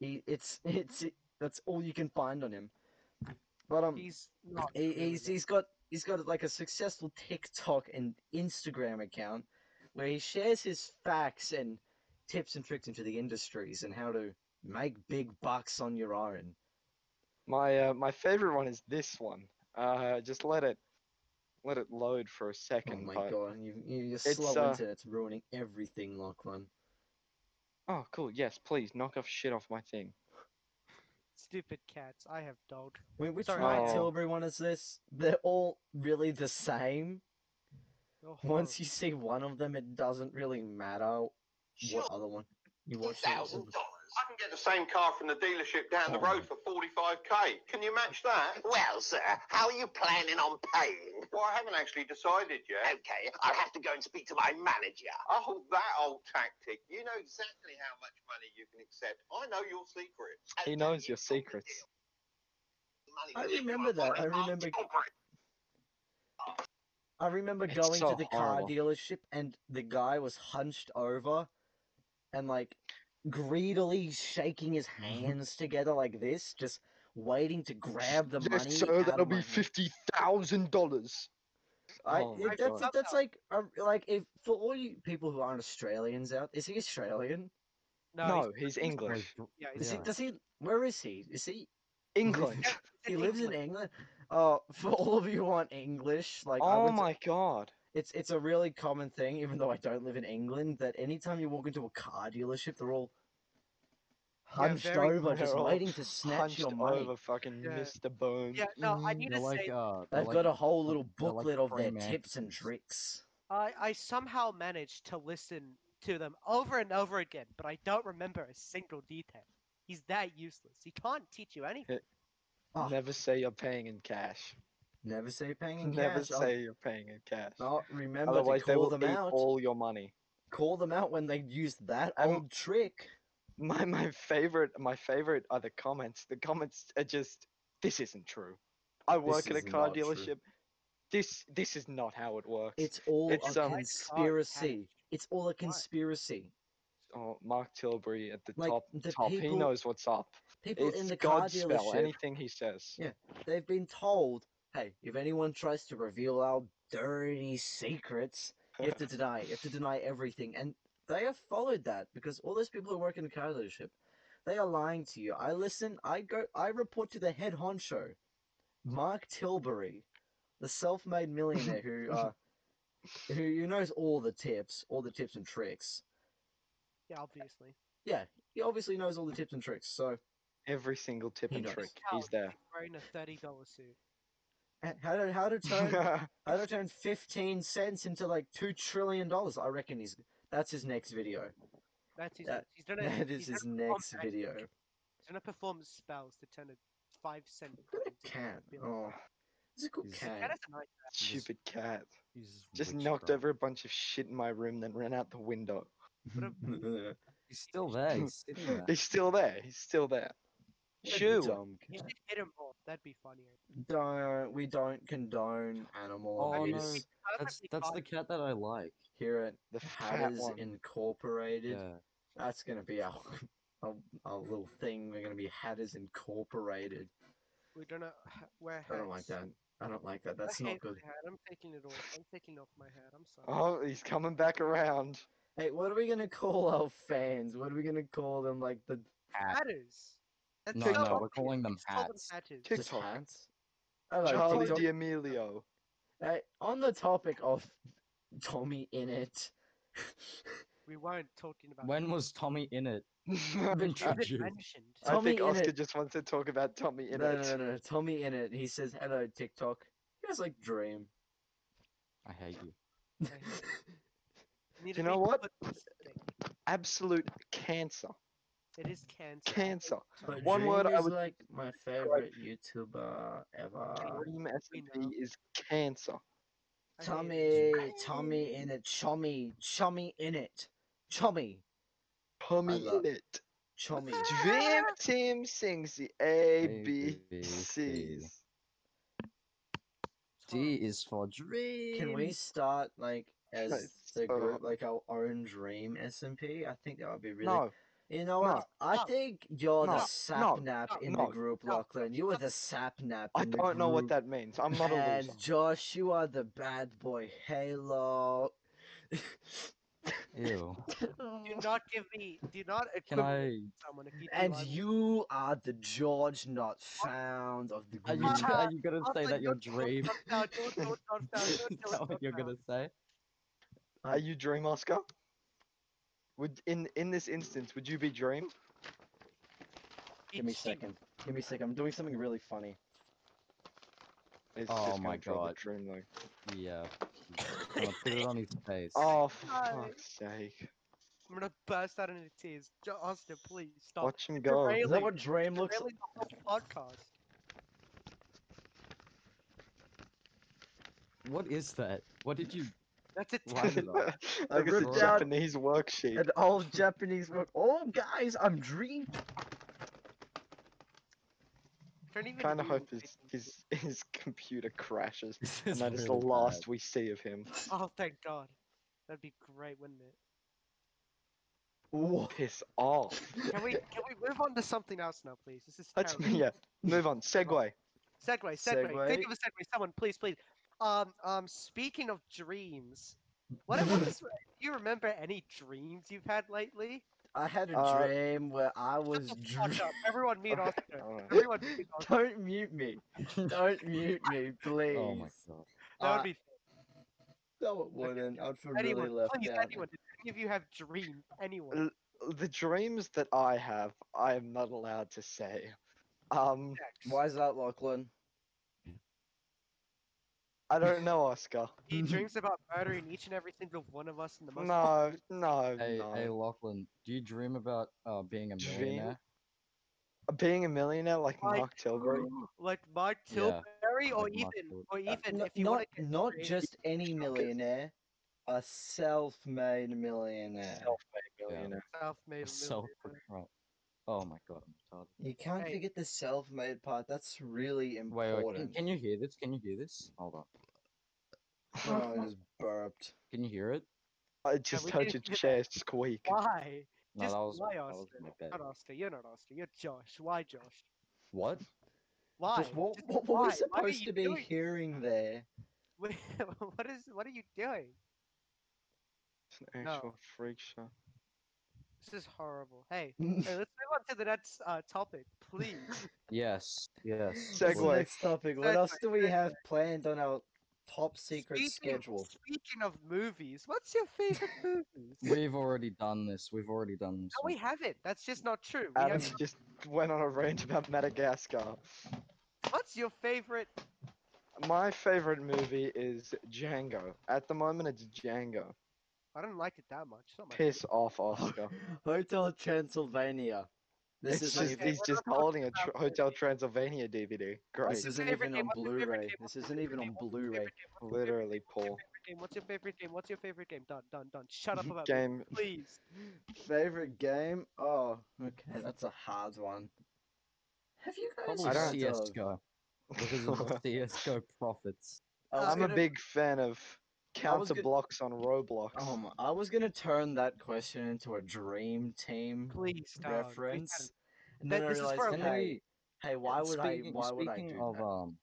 Speaker 1: He it's it's that's all you can find on him. But um,
Speaker 2: he's not.
Speaker 1: he,
Speaker 2: really
Speaker 1: he's
Speaker 2: that-
Speaker 1: he's got he's got like a successful TikTok and Instagram account where he shares his facts and tips and tricks into the industries and how to make big bucks on your own.
Speaker 3: My uh, my favorite one is this one. Uh, just let it let it load for a
Speaker 1: Oh
Speaker 3: second.
Speaker 1: my
Speaker 3: but-
Speaker 1: god, you you your
Speaker 3: It's,
Speaker 1: slow
Speaker 3: uh,
Speaker 1: internet's ruining everything, Lachlan.
Speaker 3: Oh, cool. Yes, please knock off shit off my thing.
Speaker 2: Stupid cats. I have dog.
Speaker 1: Wait, which
Speaker 2: sorry,
Speaker 1: Mark
Speaker 3: I-
Speaker 1: Tilbury one is this? They're all really the same.
Speaker 2: They're
Speaker 1: Once
Speaker 2: horrible.
Speaker 1: you see one of them, it doesn't really matter what other one you watch. the rest of them.
Speaker 5: I can get the same car from the dealership down the
Speaker 1: Oh.
Speaker 5: road for 45k. Can you match that?
Speaker 6: Well, sir, how are you planning on paying?
Speaker 5: Well, I haven't actually decided yet.
Speaker 6: Okay, I'll have to go and speak to my manager.
Speaker 5: Oh, that old tactic. You know exactly how much money you can accept. I know your secrets.
Speaker 3: He knows your secrets.
Speaker 1: I remember that. I remember I remember
Speaker 3: It's
Speaker 1: going
Speaker 3: so
Speaker 1: to the car
Speaker 3: horrible.
Speaker 1: dealership and the guy was hunched over and like greedily shaking his
Speaker 3: Mm-hmm.
Speaker 1: hands together like this, just waiting to grab the money
Speaker 3: Yes, sir.
Speaker 1: out
Speaker 3: That'll
Speaker 1: of my
Speaker 3: be
Speaker 1: hand.
Speaker 3: fifty thousand dollars.
Speaker 1: I,
Speaker 3: Oh
Speaker 1: it-
Speaker 3: my
Speaker 1: that's
Speaker 2: God.
Speaker 1: that's like uh, like if for all you people who aren't Australians out, is he Australian?
Speaker 3: No,
Speaker 2: he's-
Speaker 3: he's English.
Speaker 4: Like,
Speaker 2: Yeah, he's
Speaker 1: Is he?
Speaker 4: Yeah.
Speaker 1: Does he? Where is he? Is he?
Speaker 3: England.
Speaker 1: He lives in England. Uh, for all of you who aren't English, like I
Speaker 3: Oh
Speaker 1: would
Speaker 3: my god.
Speaker 1: it's it's a really common thing, even though I don't live in England, that anytime you walk into a car dealership, they're all hunched
Speaker 2: very-
Speaker 1: over, just
Speaker 3: they're all
Speaker 1: waiting to snatch
Speaker 3: Hunched
Speaker 1: your money.
Speaker 3: over fucking
Speaker 2: Yeah.
Speaker 3: Mr. Bones.
Speaker 2: Yeah, no, I need
Speaker 4: they're
Speaker 2: to
Speaker 4: like,
Speaker 2: say,
Speaker 4: uh, they're
Speaker 1: They've
Speaker 4: like-
Speaker 1: got a whole little
Speaker 4: they're like
Speaker 1: booklet of their
Speaker 4: frame
Speaker 1: tips and
Speaker 4: actors.
Speaker 1: tricks.
Speaker 2: I, I somehow managed to listen to them over and over again, but I don't remember a single detail. He's that useless. He can't teach you anything.
Speaker 1: Ah.
Speaker 3: Never say you're paying in cash.
Speaker 1: Never say paying in
Speaker 3: Never
Speaker 1: cash. I'll-
Speaker 3: say you're paying in cash.
Speaker 1: I'll remember
Speaker 3: Otherwise,
Speaker 1: to
Speaker 3: they
Speaker 1: call
Speaker 3: will
Speaker 1: them
Speaker 3: eat
Speaker 1: out.
Speaker 3: all your money.
Speaker 1: Call them out when they use that
Speaker 3: Um,
Speaker 1: old trick.
Speaker 3: My my favorite my favorite are the comments. The comments are just this isn't true. I work at
Speaker 1: is
Speaker 3: a car
Speaker 1: not true.
Speaker 3: dealership. This this is not how it works.
Speaker 1: It's all
Speaker 3: It's,
Speaker 1: a
Speaker 3: um,
Speaker 1: conspiracy. It's all a conspiracy.
Speaker 3: oh, Mark Tilbury at the
Speaker 1: Like,
Speaker 3: top.
Speaker 1: the
Speaker 3: top. He
Speaker 1: people-
Speaker 3: knows what's up.
Speaker 1: People
Speaker 3: It's
Speaker 1: in the car
Speaker 3: Godspell.
Speaker 1: dealership,
Speaker 3: Anything he says.
Speaker 1: Yeah. they've been told, hey, if anyone tries to reveal our dirty secrets, you have to deny. You have to deny everything. And they have followed that because all those people who work in the car dealership, they are lying to you. I listen, I go I report to the head honcho, Mark Tilbury, the self made millionaire who uh who who knows all the tips, all the tips and tricks.
Speaker 2: Yeah, obviously.
Speaker 1: He obviously knows all the tips and tricks, so
Speaker 3: Every single tip
Speaker 1: He
Speaker 3: and
Speaker 1: knows.
Speaker 3: trick.
Speaker 2: Howard,
Speaker 3: He's there.
Speaker 2: Wearing a thirty dollar suit.
Speaker 1: and how to how to turn How to turn 15 cents into like $2 trillion. I reckon he's. That's his next video.
Speaker 2: That's his.
Speaker 1: That-
Speaker 2: he's done a,
Speaker 1: That
Speaker 2: he's
Speaker 1: is his
Speaker 2: done a performance
Speaker 1: next
Speaker 2: magic.
Speaker 1: video.
Speaker 2: He's gonna perform spells to turn a five cent.
Speaker 1: Look at
Speaker 2: coin
Speaker 1: that
Speaker 2: into
Speaker 1: cat.
Speaker 2: a billion.
Speaker 1: Oh, it's a good
Speaker 4: He's-
Speaker 2: That
Speaker 1: cat.
Speaker 2: is a nice.
Speaker 3: Stupid cat.
Speaker 4: He's
Speaker 3: Just
Speaker 4: witch
Speaker 3: knocked
Speaker 4: bro.
Speaker 3: over a bunch of shit in my room, then ran out the window.
Speaker 4: He's still there. He's sitting there.
Speaker 3: He's still there. He's still there. Shoo!
Speaker 1: Dumb
Speaker 2: You
Speaker 1: cat.
Speaker 2: should hit him more. That'd be funnier.
Speaker 1: Don't, we don't condone animals.
Speaker 4: Oh,
Speaker 1: we
Speaker 4: no.
Speaker 1: just
Speaker 2: Oh,
Speaker 4: That's
Speaker 2: actually
Speaker 4: that's
Speaker 2: fine.
Speaker 4: the cat that I like.
Speaker 1: hear it.
Speaker 3: The fat
Speaker 1: Hatters
Speaker 3: one.
Speaker 1: Incorporated.
Speaker 4: Yeah.
Speaker 1: That's going to be our, our, our little thing. We're going to be Hatters Incorporated.
Speaker 2: We don't know where.
Speaker 1: I don't like that. I don't like that. That's not good.
Speaker 2: I'm taking it off. I'm taking off my hat. I'm sorry.
Speaker 3: Oh, he's coming back around.
Speaker 1: Hey, what are we going to call our fans? What are we going to call them? Like the
Speaker 2: Hatters. That's
Speaker 4: No,
Speaker 2: so
Speaker 4: no,
Speaker 2: obvious.
Speaker 4: we're calling them
Speaker 2: Just call them
Speaker 4: hats.
Speaker 2: hatters.
Speaker 3: Tick-
Speaker 1: just
Speaker 3: TikTok.
Speaker 1: hats? Hello,
Speaker 3: Charlie
Speaker 1: TikTok.
Speaker 3: D'Amelio.
Speaker 1: Uh, on the topic of Tommy in it,
Speaker 2: We weren't talking about.
Speaker 4: When was Uh, Tommy in it?
Speaker 2: it was
Speaker 4: introduced?
Speaker 2: mentioned?
Speaker 3: I
Speaker 1: Tommy
Speaker 3: think
Speaker 1: in
Speaker 3: Oscar
Speaker 1: it.
Speaker 3: just wants to talk about Tommy in
Speaker 1: no,
Speaker 3: it.
Speaker 1: no, no, no, Tommy in it. He says, "Hello, TikTok. You guys like Dream."
Speaker 4: I hate you.
Speaker 2: Okay. Need to
Speaker 3: know
Speaker 2: be
Speaker 3: what?
Speaker 2: put specific.
Speaker 3: Absolute cancer.
Speaker 2: It is cancer.
Speaker 3: Cancer.
Speaker 1: But
Speaker 3: One
Speaker 1: Dream
Speaker 3: word I
Speaker 1: is
Speaker 3: would
Speaker 1: like my favorite YouTuber ever.
Speaker 3: Dream
Speaker 2: we
Speaker 3: SMP
Speaker 2: know.
Speaker 3: is cancer.
Speaker 2: I hate it.
Speaker 1: Tommy, Tommy in it, Chummy, Chummy in it, Chummy,
Speaker 3: Tommy
Speaker 1: love-
Speaker 3: in it.
Speaker 1: Chummy.
Speaker 3: Dream Team sings the A B
Speaker 4: B, C.
Speaker 3: C's.
Speaker 4: D is for dream.
Speaker 1: Can we start like as
Speaker 3: Nice.
Speaker 1: the
Speaker 3: Uh,
Speaker 1: group, like our own Dream SMP? I think that would be really.
Speaker 3: No,
Speaker 1: You know
Speaker 3: No,
Speaker 1: what? I
Speaker 2: no,
Speaker 1: think you're
Speaker 3: no,
Speaker 1: the
Speaker 3: no,
Speaker 1: sapnap in
Speaker 3: no,
Speaker 1: the group,
Speaker 2: no,
Speaker 1: Lachlan. You are the sapnap.
Speaker 3: I
Speaker 1: in the
Speaker 3: don't know what
Speaker 1: group.
Speaker 3: that means. I'm not a
Speaker 1: And
Speaker 3: loser.
Speaker 1: Josh, you are the bad boy Halo.
Speaker 4: Ew.
Speaker 2: Do not give me. Do not
Speaker 4: Can
Speaker 2: equip
Speaker 4: I?
Speaker 2: someone if you do.
Speaker 1: and
Speaker 2: I will-
Speaker 1: you are the George not found of the
Speaker 4: Are
Speaker 1: group.
Speaker 4: you, are you gonna
Speaker 2: I'll
Speaker 4: say
Speaker 2: say
Speaker 4: that your
Speaker 2: don't- don't-
Speaker 4: dream?
Speaker 2: don't tell- don't- don't- don't tell-
Speaker 4: Is
Speaker 2: don't tell-
Speaker 4: that what
Speaker 2: don't
Speaker 4: you're
Speaker 2: tell.
Speaker 4: gonna say?
Speaker 1: I-
Speaker 3: Are you Dream Oscar? Would in in this instance, would you be Dream?
Speaker 1: Give me a
Speaker 2: Each team.
Speaker 1: second. Give me a second. I'm doing something really funny.
Speaker 3: It's
Speaker 4: Oh
Speaker 3: just
Speaker 4: my
Speaker 3: gonna drop a
Speaker 4: God.
Speaker 3: Dream though.
Speaker 4: Yeah. Come on, put it on his face.
Speaker 3: Oh, for
Speaker 2: No.
Speaker 3: fuck's sake!
Speaker 2: I'm gonna burst out into tears. Jo- Austin, please stop.
Speaker 3: Watch him go.
Speaker 2: Derail-
Speaker 1: Is that
Speaker 2: Really?
Speaker 1: what Dream
Speaker 2: Derailing
Speaker 1: looks like?
Speaker 2: the whole podcast.
Speaker 4: What is that? What did you?
Speaker 2: That's a
Speaker 4: Why did I?
Speaker 3: like it's
Speaker 1: ripped
Speaker 3: a
Speaker 1: out-
Speaker 3: Japanese worksheet.
Speaker 1: An old Japanese word. Oh, guys, I'm Dream.
Speaker 2: Don't even
Speaker 3: Kind of
Speaker 2: do
Speaker 3: hope
Speaker 2: it.
Speaker 3: his his his computer crashes,
Speaker 4: This
Speaker 3: and
Speaker 4: is
Speaker 3: that is the
Speaker 4: really bad.
Speaker 3: last we see of him.
Speaker 2: Oh, thank God. That'd be great, wouldn't it?
Speaker 1: Whoa.
Speaker 3: Piss off.
Speaker 2: Can we can we move on to something else now, please? This is
Speaker 3: That's
Speaker 2: terrible.
Speaker 3: yeah. Move on. Segway.
Speaker 2: Segway, segway. Think
Speaker 1: Segway.
Speaker 2: of a segway. Someone, please, please. Um, um. Speaking of dreams, what what is? Do you remember any dreams you've had lately?
Speaker 1: I had a
Speaker 3: Uh,
Speaker 1: dream where I
Speaker 2: Shut
Speaker 1: was
Speaker 2: the fuck
Speaker 1: dream.
Speaker 2: up. Everyone mute
Speaker 3: Okay,
Speaker 2: Oscar.
Speaker 3: alright.
Speaker 2: Everyone mute Oscar.
Speaker 1: Don't mute me. Don't mute me, please.
Speaker 4: Oh my god.
Speaker 2: That
Speaker 1: Uh,
Speaker 2: would be
Speaker 1: No, it wouldn't. I'd feel really
Speaker 2: anyone.
Speaker 1: left
Speaker 2: please,
Speaker 1: out.
Speaker 2: anyone. Did any of you have dreams? Anyone?
Speaker 3: The dreams that I have, I am not allowed to say. Um,
Speaker 2: Sex.
Speaker 1: Why is that, Lachlan?
Speaker 3: I don't know, Oscar.
Speaker 2: He dreams about murdering each and every single one of us in the most.
Speaker 3: No, no,
Speaker 4: Hey,
Speaker 3: no.
Speaker 4: hey, Lachlan, do you dream about uh, being a
Speaker 3: Dream?
Speaker 4: millionaire?
Speaker 3: Being a millionaire like
Speaker 2: I
Speaker 3: Mark Tilbury.
Speaker 2: like Mark
Speaker 4: Yeah,
Speaker 2: Tilbury or
Speaker 4: like Mark
Speaker 2: even
Speaker 4: Tilbury.
Speaker 2: or
Speaker 1: Uh,
Speaker 2: even
Speaker 1: n-
Speaker 2: if you
Speaker 1: not
Speaker 2: want to
Speaker 1: not
Speaker 2: creative,
Speaker 1: just any millionaire, a self-made millionaire.
Speaker 3: Self-made millionaire.
Speaker 2: yourself maybe
Speaker 4: So right. Oh my god, I'm
Speaker 1: You can't
Speaker 2: Hey.
Speaker 1: forget the self-made part. That's really
Speaker 4: retarded. Wait, wait,
Speaker 1: important.
Speaker 4: can, can you hear this? Can you hear this? Hold on.
Speaker 1: Oh, I just burped.
Speaker 4: Can you hear it?
Speaker 3: I just
Speaker 2: we
Speaker 3: heard your
Speaker 2: didn't do that.
Speaker 3: chest squeak.
Speaker 2: Why?
Speaker 4: No,
Speaker 2: Just
Speaker 4: that was,
Speaker 2: lie,
Speaker 4: that
Speaker 2: Austin.
Speaker 4: was my bed.
Speaker 2: Not Oscar. You're not Oscar. You're Josh. Why, Josh?
Speaker 4: What?
Speaker 2: Why?
Speaker 1: Just what,
Speaker 2: Just
Speaker 1: what, what we're
Speaker 2: why? Why are
Speaker 1: supposed
Speaker 2: you
Speaker 1: to be
Speaker 2: doing this?
Speaker 1: hearing there.
Speaker 2: What what is? What are you doing?
Speaker 3: It's an actual freak show.
Speaker 2: This is horrible. Hey, hey let's move on to the next uh, topic, please.
Speaker 4: Yes. Yes.
Speaker 1: What's the
Speaker 3: Segue.
Speaker 1: next topic. What else do we
Speaker 2: Segue.
Speaker 1: have planned on our top secret
Speaker 2: Speaking-
Speaker 1: schedule?
Speaker 2: Speaking of movies, what's your favorite movies?
Speaker 4: We've already done this. We've already done this.
Speaker 2: No, we haven't. That's just not true. We
Speaker 3: Adam
Speaker 2: have,
Speaker 3: just went on a rant about Madagascar.
Speaker 2: what's your favorite?
Speaker 3: My favorite movie is Django. At the moment, it's Django.
Speaker 2: I don't like it that much. It's not my
Speaker 3: Piss off, Oscar.
Speaker 1: Hotel Transylvania. This
Speaker 3: This
Speaker 1: is
Speaker 3: is
Speaker 1: not
Speaker 2: okay,
Speaker 3: just,
Speaker 1: even,
Speaker 3: he's
Speaker 2: we're
Speaker 3: just
Speaker 2: not talking
Speaker 3: holding a
Speaker 2: about
Speaker 3: tr- Hotel Transylvania DVD.
Speaker 1: this
Speaker 3: Great.
Speaker 1: isn't
Speaker 2: favorite
Speaker 1: even
Speaker 2: game?
Speaker 1: on
Speaker 2: What's your favorite
Speaker 1: Blu-ray.
Speaker 2: game? What's
Speaker 1: This
Speaker 2: your
Speaker 1: isn't
Speaker 2: favorite
Speaker 1: even
Speaker 2: game?
Speaker 1: on
Speaker 2: What's your favorite
Speaker 1: Blu-ray.
Speaker 2: game? What's your favorite
Speaker 3: Literally, Paul.
Speaker 2: game? What's your favorite game? What's your favorite game? Done, done, done. Shut up about me,
Speaker 3: Game.
Speaker 2: please.
Speaker 1: Favorite game? Oh, okay, that's a hard one. Have you guys?
Speaker 4: Probably
Speaker 3: don't-
Speaker 1: heard of-
Speaker 4: CSGO. Because of the CSGO profits.
Speaker 1: I was
Speaker 3: I'm a
Speaker 1: gonna-
Speaker 3: big fan of
Speaker 1: was
Speaker 3: counter
Speaker 1: gonna-
Speaker 3: blocks on Roblox.
Speaker 1: Oh my! I was gonna turn that question into a dream team
Speaker 2: Please don't. We
Speaker 1: reference, and
Speaker 2: That-
Speaker 1: then I
Speaker 2: this is
Speaker 1: realized,
Speaker 2: for a
Speaker 1: hey, hey, why would I?
Speaker 4: speaking,
Speaker 1: Why would I
Speaker 4: speaking
Speaker 1: do
Speaker 4: of
Speaker 1: that?
Speaker 4: um,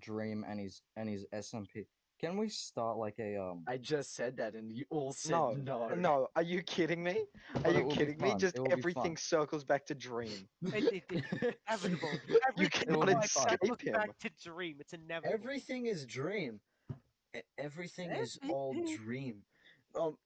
Speaker 4: Dream and his and his SMP, can we start like a um?
Speaker 1: I just said that, and you all said
Speaker 3: No,
Speaker 1: no.
Speaker 3: No, are you kidding me? Are
Speaker 4: But it
Speaker 3: you
Speaker 4: will be
Speaker 3: kidding me?
Speaker 4: fun,
Speaker 3: Just
Speaker 4: it will be
Speaker 3: everything
Speaker 4: fun.
Speaker 3: circles back to Dream.
Speaker 2: haven't- it- it- it's inevitable. Everything
Speaker 3: cannot
Speaker 2: in life
Speaker 4: escape
Speaker 2: circles
Speaker 3: him.
Speaker 2: back to dream. It's inevitable.
Speaker 1: Everything is dream. E- Everything is all dream. Um,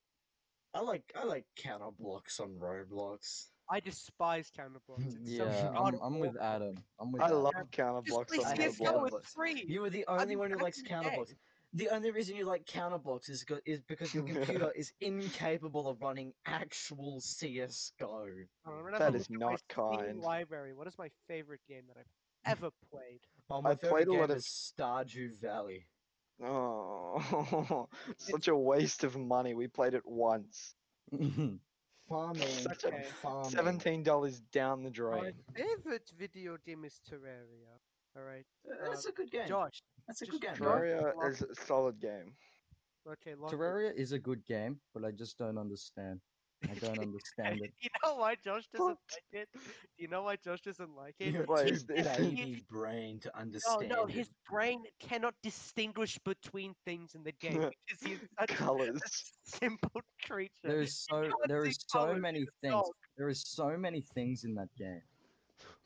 Speaker 1: I like I like counter blocks on Roblox.
Speaker 2: I despise counterblocks. It's so
Speaker 4: yeah,
Speaker 2: god
Speaker 4: I'm, I'm with Adam. I'm with.
Speaker 3: I
Speaker 4: Adam.
Speaker 3: love counter
Speaker 2: Just
Speaker 3: blocks
Speaker 2: play
Speaker 3: on
Speaker 1: I hate
Speaker 2: CS:GO.
Speaker 3: Roblox.
Speaker 1: counter
Speaker 2: It's free.
Speaker 1: You are the only
Speaker 2: mean,
Speaker 1: one who
Speaker 2: back
Speaker 1: likes
Speaker 2: in the
Speaker 1: counter
Speaker 2: day.
Speaker 1: blocks. The only reason you like counter blocks is, go- is because your computer is incapable of running actual CS:GO.
Speaker 2: Oh, I'm gonna
Speaker 3: That
Speaker 2: have a
Speaker 3: is
Speaker 2: look at my
Speaker 3: not
Speaker 2: Steam
Speaker 3: kind.
Speaker 2: Library. What is my favorite game that I've ever played?
Speaker 1: Oh, my
Speaker 3: I
Speaker 1: favorite
Speaker 3: played a lot
Speaker 1: game
Speaker 3: of-
Speaker 1: is Stardew Valley.
Speaker 3: Oh, such a waste of money. We played it once.
Speaker 1: Farming,
Speaker 3: Such a-
Speaker 1: and
Speaker 4: Oh,
Speaker 1: farming.
Speaker 3: Seventeen dollars down the drain.
Speaker 2: My favorite video game is Terraria. All right,
Speaker 1: Uh, That's a good game.
Speaker 2: Josh.
Speaker 1: That's a
Speaker 2: just
Speaker 1: good game.
Speaker 2: try-
Speaker 3: Terraria
Speaker 2: Lock-
Speaker 3: is a solid game.
Speaker 2: Okay, lock it.
Speaker 4: Terraria is a good game, but I just don't understand. I don't understand it.
Speaker 2: You know why Josh doesn't
Speaker 3: What?
Speaker 2: like it? Do you know why Josh doesn't like it?
Speaker 1: You
Speaker 3: Wait,
Speaker 1: have
Speaker 3: is
Speaker 1: too
Speaker 3: this-
Speaker 1: baby brain to
Speaker 2: No,
Speaker 1: understand.
Speaker 2: no,
Speaker 1: it.
Speaker 2: his brain cannot distinguish between things in the game because he's such a
Speaker 3: Colors.
Speaker 2: simple creature.
Speaker 4: There is so
Speaker 2: can't
Speaker 4: there
Speaker 2: see
Speaker 4: is so
Speaker 2: colours
Speaker 4: many things.
Speaker 2: dog.
Speaker 4: There is so many things in that game.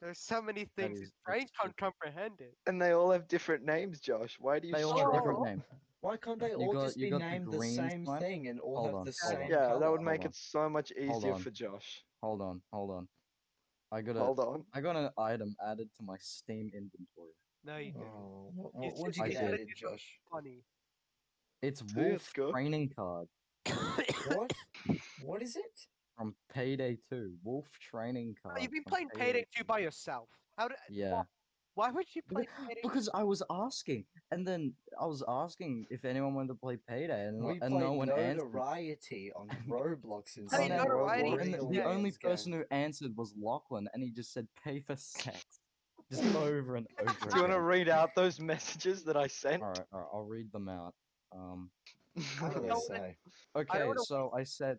Speaker 2: There's so many things
Speaker 4: is-
Speaker 2: his
Speaker 4: that's
Speaker 2: brain
Speaker 4: true.
Speaker 2: can't comprehend it.
Speaker 3: And they all have different names, Josh. Why do you?
Speaker 4: They all
Speaker 2: Sure.
Speaker 4: have
Speaker 3: struggle?
Speaker 4: different names.
Speaker 1: Why can't they
Speaker 4: You
Speaker 1: all
Speaker 4: got-
Speaker 1: just
Speaker 4: you
Speaker 1: be
Speaker 4: got the
Speaker 1: named the,
Speaker 4: green
Speaker 1: same
Speaker 4: one?
Speaker 1: thing and all
Speaker 4: Hold
Speaker 1: have
Speaker 4: on,
Speaker 1: the
Speaker 4: hold
Speaker 1: same
Speaker 4: on.
Speaker 3: Yeah,
Speaker 1: color?
Speaker 3: that would
Speaker 4: Oh. Hold
Speaker 3: make
Speaker 4: on.
Speaker 3: it so much easier
Speaker 4: on.
Speaker 3: for Josh.
Speaker 4: Hold on, hold on. I got a
Speaker 3: Hold on.
Speaker 4: I got an item added to my Steam inventory.
Speaker 2: No, you didn't.
Speaker 1: Oh, what, what,
Speaker 2: It's
Speaker 1: what'd
Speaker 2: just
Speaker 1: you
Speaker 4: I
Speaker 1: get
Speaker 4: did.
Speaker 1: added, Josh?
Speaker 2: Funny.
Speaker 4: It's
Speaker 3: See,
Speaker 4: Wolf
Speaker 3: it's good.
Speaker 4: Training Card
Speaker 1: What? what is it?
Speaker 4: from Payday 2. Wolf Training Card.
Speaker 2: Oh, you've been
Speaker 4: from
Speaker 2: playing Payday 2 by yourself. How do,
Speaker 4: Yeah.
Speaker 2: why would you play
Speaker 4: Because-
Speaker 2: Payday 2?
Speaker 4: Because I was asking, and then I was asking if anyone wanted to play Payday, and,
Speaker 1: We
Speaker 4: no- and
Speaker 1: play
Speaker 4: no one answered.
Speaker 1: notoriety on Roblox and
Speaker 2: Play
Speaker 4: Oh, no,
Speaker 2: Notoriety
Speaker 4: And the,
Speaker 2: Illegal
Speaker 4: the only person who answered was Lachlan, and he just said pay for sex. Just over and over
Speaker 3: Do you want to
Speaker 4: again.
Speaker 3: read out those messages that I sent?
Speaker 4: Alright, alright, I'll read them out. Um,
Speaker 1: What do they
Speaker 2: don't
Speaker 1: say?
Speaker 4: Okay,
Speaker 2: wanna-
Speaker 4: so I said,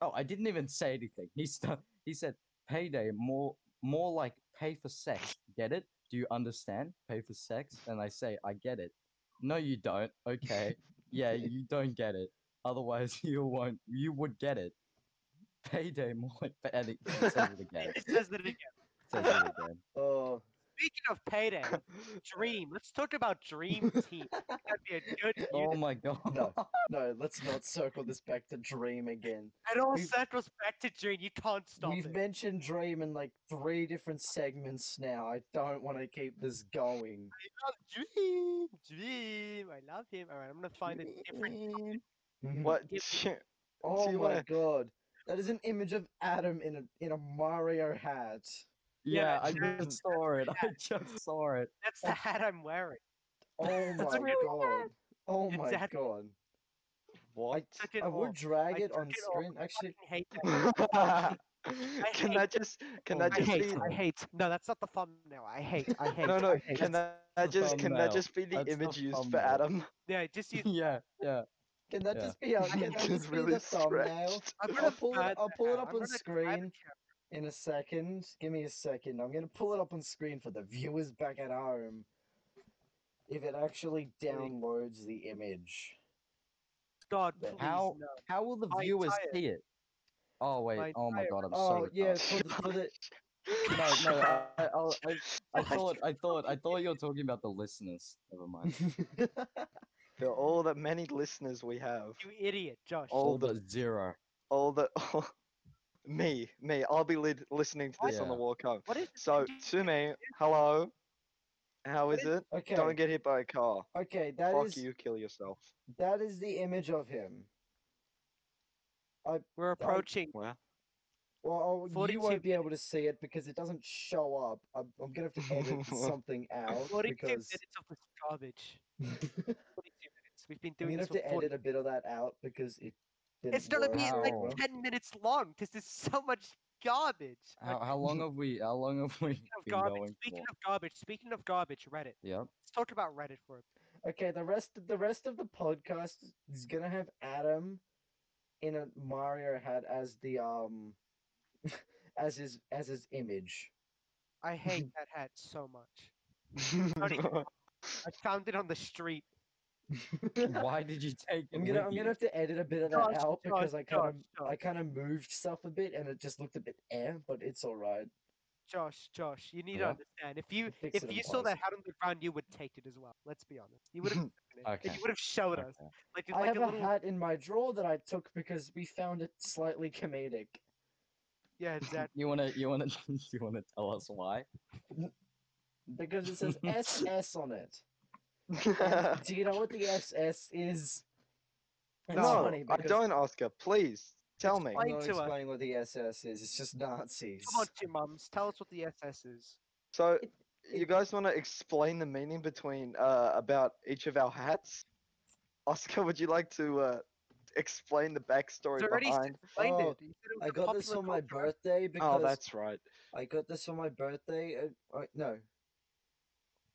Speaker 4: "Oh, I didn't even say anything." He st- he said, "Payday, more more like pay for sex. Get it? Do you understand? Pay for sex." And I say, "I get it." No, you don't. Okay, yeah, you don't get it. Otherwise, you won't. You would get it. Payday, more like pay- and it says it again.
Speaker 2: It says that again.
Speaker 4: Says it again.
Speaker 1: Oh,
Speaker 2: Speaking of Payday, Dream. Let's talk about Dream Team. That'd be a good
Speaker 4: Oh
Speaker 2: unit.
Speaker 4: my god.
Speaker 1: No. no, let's not circle this back to Dream again.
Speaker 2: It all
Speaker 1: we've-
Speaker 2: circles back to Dream. You can't stop
Speaker 1: We've
Speaker 2: it.
Speaker 1: mentioned Dream in like three different segments now. I don't want to keep this going.
Speaker 2: I love Oh, Dream. Dream. I love him. All right, I'm gonna find a different.
Speaker 4: Mm-hmm.
Speaker 3: What?
Speaker 1: Oh
Speaker 3: you
Speaker 1: my
Speaker 3: wanna-
Speaker 1: god. That is an image of Adam in a in a Mario hat.
Speaker 4: Yeah,
Speaker 2: Yeah,
Speaker 4: I
Speaker 2: Dream.
Speaker 4: just saw it. I just saw it.
Speaker 2: That's the hat I'm wearing.
Speaker 1: Oh my
Speaker 2: really
Speaker 1: god. Oh
Speaker 2: It's
Speaker 1: my
Speaker 2: Adam.
Speaker 1: god.
Speaker 3: What?
Speaker 2: Took it
Speaker 1: I
Speaker 2: off.
Speaker 1: would drag
Speaker 2: I
Speaker 1: it on
Speaker 2: took it off.
Speaker 1: screen. Actually,
Speaker 2: fucking hate that.
Speaker 3: I Can
Speaker 2: hate-
Speaker 3: that just can
Speaker 4: Oh
Speaker 3: that
Speaker 4: my
Speaker 2: I
Speaker 3: just
Speaker 2: hate.
Speaker 3: be
Speaker 2: I hate. No, that's not the thumbnail. I hate. I hate.
Speaker 3: no no
Speaker 2: I hate.
Speaker 3: can that, that
Speaker 4: the
Speaker 3: just can that
Speaker 4: thumbnail.
Speaker 3: just be the
Speaker 4: That's the
Speaker 3: image used for
Speaker 4: thumbnail.
Speaker 3: Adam?
Speaker 2: Yeah, just use.
Speaker 4: yeah, yeah.
Speaker 1: Can that
Speaker 4: Yeah.
Speaker 1: just be our, can that
Speaker 3: It's
Speaker 1: just be
Speaker 3: really
Speaker 1: the thumbnail?
Speaker 3: stretched.
Speaker 2: I'm
Speaker 1: I'll
Speaker 2: gonna
Speaker 1: pull it-
Speaker 2: bad
Speaker 1: I'll pull it
Speaker 2: that.
Speaker 1: up
Speaker 2: I'm
Speaker 1: on
Speaker 2: gonna bad
Speaker 1: screen.
Speaker 2: cap-
Speaker 1: In a second, give me a second. I'm gonna pull it up on screen for the viewers back at home. If it actually downloads the image.
Speaker 2: God,
Speaker 1: But
Speaker 2: please
Speaker 4: how-
Speaker 2: no.
Speaker 4: How will the
Speaker 2: My
Speaker 4: viewers
Speaker 2: entire-
Speaker 4: see it? Oh wait!
Speaker 2: my
Speaker 4: oh my
Speaker 2: entire-
Speaker 4: god! I'm
Speaker 1: Oh
Speaker 4: so.
Speaker 1: yeah,
Speaker 4: retarded.
Speaker 1: for the, for the
Speaker 4: No, no. I, I, I'll- I, I thought, I thought, I thought you were talking about the listeners. Never mind.
Speaker 3: For all the many listeners we have,
Speaker 2: You idiot, Josh.
Speaker 1: Oh,
Speaker 3: All
Speaker 4: All
Speaker 3: the-
Speaker 4: but zero.
Speaker 3: all the me me, I'll be lid listening to this on the
Speaker 4: Yeah.
Speaker 3: walk home.
Speaker 2: What is
Speaker 3: So to me, hello, how is it?
Speaker 1: okay,
Speaker 3: Don't get hit by a car.
Speaker 1: okay, that
Speaker 3: Fuck
Speaker 1: is
Speaker 3: you, kill yourself.
Speaker 1: that is the image of him.
Speaker 2: we're approaching?
Speaker 3: Well,
Speaker 1: Well, oh, you
Speaker 2: 42
Speaker 1: won't be able to see it because it doesn't show up. I'm, I'm gonna have to edit something out
Speaker 2: 42
Speaker 1: because
Speaker 2: minutes of this garbage. 42 minutes. We've been
Speaker 1: I'm
Speaker 2: doing
Speaker 1: gonna have
Speaker 2: this for
Speaker 1: to
Speaker 2: 40
Speaker 1: edit a bit of that out because it. Didn't
Speaker 2: It's gonna be
Speaker 1: work
Speaker 4: like
Speaker 1: well.
Speaker 4: Wow.
Speaker 2: 10 minutes long because there's so much garbage.
Speaker 4: How,
Speaker 2: Like,
Speaker 4: how long have we? How long have we
Speaker 2: speaking of
Speaker 4: been
Speaker 2: garbage,
Speaker 4: going for?
Speaker 2: speaking of garbage, speaking of garbage, Reddit.
Speaker 4: Yep.
Speaker 2: Let's talk about Reddit for a bit.
Speaker 1: Okay, the rest the rest of the podcast
Speaker 2: Hmm.
Speaker 1: is gonna have Adam in a Mario hat as the um as his as his image.
Speaker 2: I hate that hat so much. Don't even- I found it on the street.
Speaker 4: Why did you take it?
Speaker 1: I'm gonna
Speaker 4: with
Speaker 1: I'm
Speaker 4: you?
Speaker 1: gonna have to edit a bit of that
Speaker 2: Josh,
Speaker 1: out
Speaker 2: Josh,
Speaker 1: because I kind of
Speaker 2: Josh, Josh.
Speaker 1: I kind of moved stuff a bit and it just looked a bit air, but it's all right.
Speaker 2: Josh, Josh, you need
Speaker 4: Yeah?
Speaker 2: to understand. If you
Speaker 1: fix
Speaker 2: if
Speaker 1: it in
Speaker 2: you saw that
Speaker 1: post.
Speaker 2: hat on the ground, you would take it as well. Let's be honest. You would have
Speaker 4: Okay.
Speaker 2: you would have showed us.
Speaker 4: okay.
Speaker 2: Like it's
Speaker 1: I
Speaker 2: like
Speaker 1: have
Speaker 2: a
Speaker 1: a
Speaker 2: little
Speaker 1: hat in my drawer that I took because we found it slightly comedic.
Speaker 2: Yeah, exactly.
Speaker 4: You wanna, you wanna, you wanna tell us why?
Speaker 1: Because it says SS on it. Do you know what the SS is? It's
Speaker 3: no,
Speaker 1: funny
Speaker 3: I
Speaker 1: because-
Speaker 3: don't, Oscar. Please tell me.
Speaker 1: I'm
Speaker 2: Explain
Speaker 1: not
Speaker 2: to us.
Speaker 1: explaining what the SS is. It's just Nazis.
Speaker 2: Come on, two mums, tell us what the SS is.
Speaker 3: So,
Speaker 1: It-
Speaker 3: you
Speaker 1: it-
Speaker 3: guys want to explain the meaning between uh, about each of our hats? Oscar, would you like to uh, explain the backstory
Speaker 2: It's already
Speaker 3: behind?
Speaker 2: Explained
Speaker 1: Oh,
Speaker 2: it. You said it was
Speaker 1: I
Speaker 2: a
Speaker 1: got this
Speaker 2: popular
Speaker 1: on my
Speaker 2: culture.
Speaker 1: birthday because
Speaker 3: Oh, that's right.
Speaker 1: I got this on my birthday. Uh, uh, no,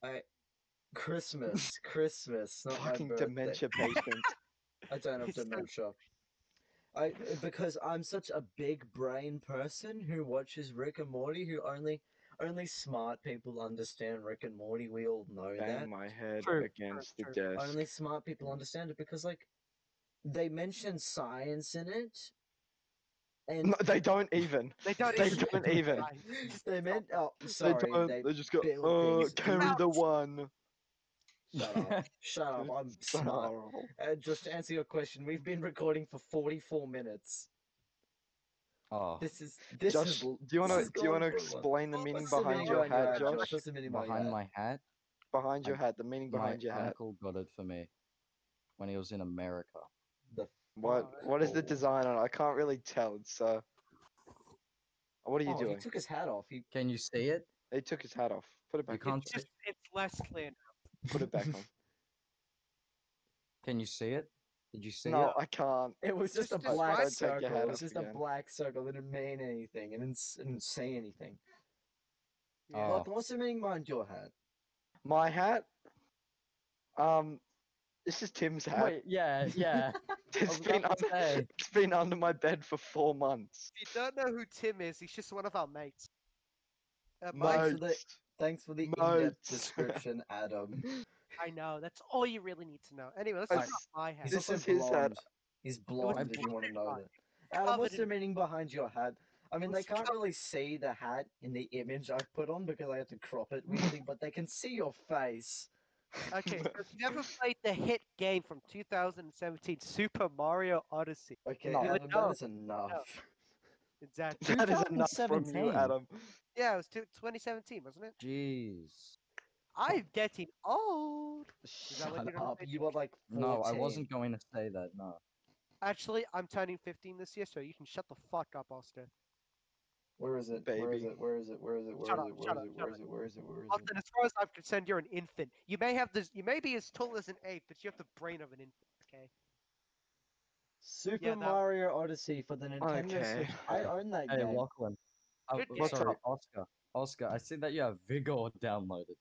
Speaker 1: I Christmas, Christmas, not my
Speaker 3: Fucking
Speaker 1: birthday.
Speaker 3: dementia patient.
Speaker 1: I don't have
Speaker 2: It's so-
Speaker 1: dementia. I uh, because I'm such a big brain person who watches Rick and Morty. Who only only smart people understand Rick and Morty. We all know that.
Speaker 3: Bang my head
Speaker 2: True, true,
Speaker 3: against the desk.
Speaker 1: only smart people understand it because like they mention science in it and
Speaker 3: No, they don't even.
Speaker 2: They don't
Speaker 3: They
Speaker 2: even.
Speaker 3: don't even.
Speaker 2: Guys, just
Speaker 1: they
Speaker 2: stop.
Speaker 1: meant oh sorry
Speaker 3: they don't.
Speaker 1: they,
Speaker 3: They just go.
Speaker 1: build
Speaker 3: Oh,
Speaker 1: things
Speaker 3: carry the
Speaker 2: out."
Speaker 3: one.
Speaker 1: shut up shut up Um, i'm smart
Speaker 3: Snarl.
Speaker 1: uh, just to answer your question we've been recording for 44 minutes
Speaker 4: Oh,
Speaker 1: this is this
Speaker 3: Josh,
Speaker 1: is
Speaker 3: do
Speaker 1: l-
Speaker 3: you
Speaker 1: this
Speaker 3: want to
Speaker 1: is
Speaker 3: do you
Speaker 1: going
Speaker 3: want to
Speaker 1: good.
Speaker 3: explain the
Speaker 1: What's
Speaker 3: meaning
Speaker 1: the
Speaker 3: behind
Speaker 1: meaning
Speaker 3: your
Speaker 1: behind
Speaker 3: hat, Josh?
Speaker 1: What's the meaning
Speaker 4: behind
Speaker 1: behind my
Speaker 4: my hat,
Speaker 3: Behind your
Speaker 4: I-
Speaker 3: hat, the meaning
Speaker 4: my
Speaker 3: behind your hat.
Speaker 4: uncle got it for me when he was in America.
Speaker 1: the
Speaker 3: What
Speaker 2: Alright.
Speaker 3: what is the
Speaker 1: Oh.
Speaker 3: design on it? I can't really tell. It's uh what are you
Speaker 1: oh,
Speaker 3: doing?
Speaker 1: he took his hat off he
Speaker 4: Can you see it?
Speaker 3: He took his hat off. Put it
Speaker 4: You
Speaker 3: back
Speaker 4: can't.
Speaker 2: Just
Speaker 4: See,
Speaker 2: it's less clear.
Speaker 3: on. Put it back on.
Speaker 4: can you see it? Did you see
Speaker 3: no,
Speaker 4: it?
Speaker 3: I can't.
Speaker 1: It was just,
Speaker 2: Just
Speaker 1: a black
Speaker 3: describe- Don't take
Speaker 1: circle.
Speaker 3: your hat
Speaker 1: It was
Speaker 3: off
Speaker 1: just a
Speaker 3: again.
Speaker 1: black circle. It didn't mean anything. It didn't, s- it didn't say anything.
Speaker 2: Yeah.
Speaker 4: Oh.
Speaker 1: Like, what's the meaning behind your hat?
Speaker 3: My hat? Um this is Tim's hat.
Speaker 4: Wait, yeah, yeah. I
Speaker 3: it's
Speaker 4: was
Speaker 3: been
Speaker 4: about to
Speaker 3: under,
Speaker 4: say.
Speaker 3: it's been under my bed for four months.
Speaker 2: If you don't know who Tim is, he's just one of our mates. Uh,
Speaker 1: Mate.
Speaker 2: Mike,
Speaker 1: for the-
Speaker 3: Most-
Speaker 1: Thanks for the in-depth
Speaker 3: Modes.
Speaker 1: description, Adam.
Speaker 2: I know. That's all you really need to know. Anyway, let's
Speaker 3: I
Speaker 2: talk
Speaker 3: s-
Speaker 2: about my hat.
Speaker 1: He's
Speaker 3: This
Speaker 1: also
Speaker 3: is his hat.
Speaker 1: blonde. He's
Speaker 2: was
Speaker 1: blonde. If you want to
Speaker 2: blonde
Speaker 1: know
Speaker 2: hat.
Speaker 1: that. Adam, what's
Speaker 2: covered
Speaker 1: the
Speaker 2: in-
Speaker 1: meaning behind your hat? I mean, they
Speaker 2: was
Speaker 1: can't
Speaker 2: covered-
Speaker 1: really see the hat in the image I've put on because I had to crop it weirdly, but they can see your face.
Speaker 2: Okay, so if you ever played the hit game from 2017, Super Mario Odyssey.
Speaker 1: Okay,
Speaker 3: No.
Speaker 1: Adam,
Speaker 2: No,
Speaker 1: that is enough.
Speaker 2: Exactly.
Speaker 3: that is enough from you,
Speaker 4: 2017.
Speaker 3: Adam.
Speaker 2: Yeah, it was two- 2017, wasn't it?
Speaker 4: Jeez.
Speaker 2: I'm getting old. that
Speaker 1: Shut
Speaker 2: what you're gonna
Speaker 1: up.
Speaker 2: say,
Speaker 1: You are like 14.
Speaker 4: No, I wasn't going to say that. No.
Speaker 2: Actually, I'm turning 15 this year, so you can shut the fuck up, Austin.
Speaker 1: Mm. Where is it? Where is
Speaker 3: Baby.
Speaker 1: it? Where is it? Where is it? Where is
Speaker 2: Shut
Speaker 1: it?
Speaker 2: up,
Speaker 1: Where
Speaker 2: shut
Speaker 1: is
Speaker 2: up,
Speaker 1: it?
Speaker 2: shut
Speaker 1: Where is it? Where is it? Where is it?
Speaker 2: Austin, as far as I'm concerned, you're an infant. You may have this, you may be as tall as an ape, but you have the brain of an infant. Okay.
Speaker 1: Super
Speaker 2: Yeah, that-
Speaker 1: Mario Odyssey for the Nintendo
Speaker 3: Okay.
Speaker 1: Switch. I own that
Speaker 4: Hey,
Speaker 1: game.
Speaker 4: Lachlan. Oh,
Speaker 2: Good
Speaker 4: oh,
Speaker 2: game.
Speaker 4: sorry, Oscar. Oscar, I see that you have Vigor downloaded.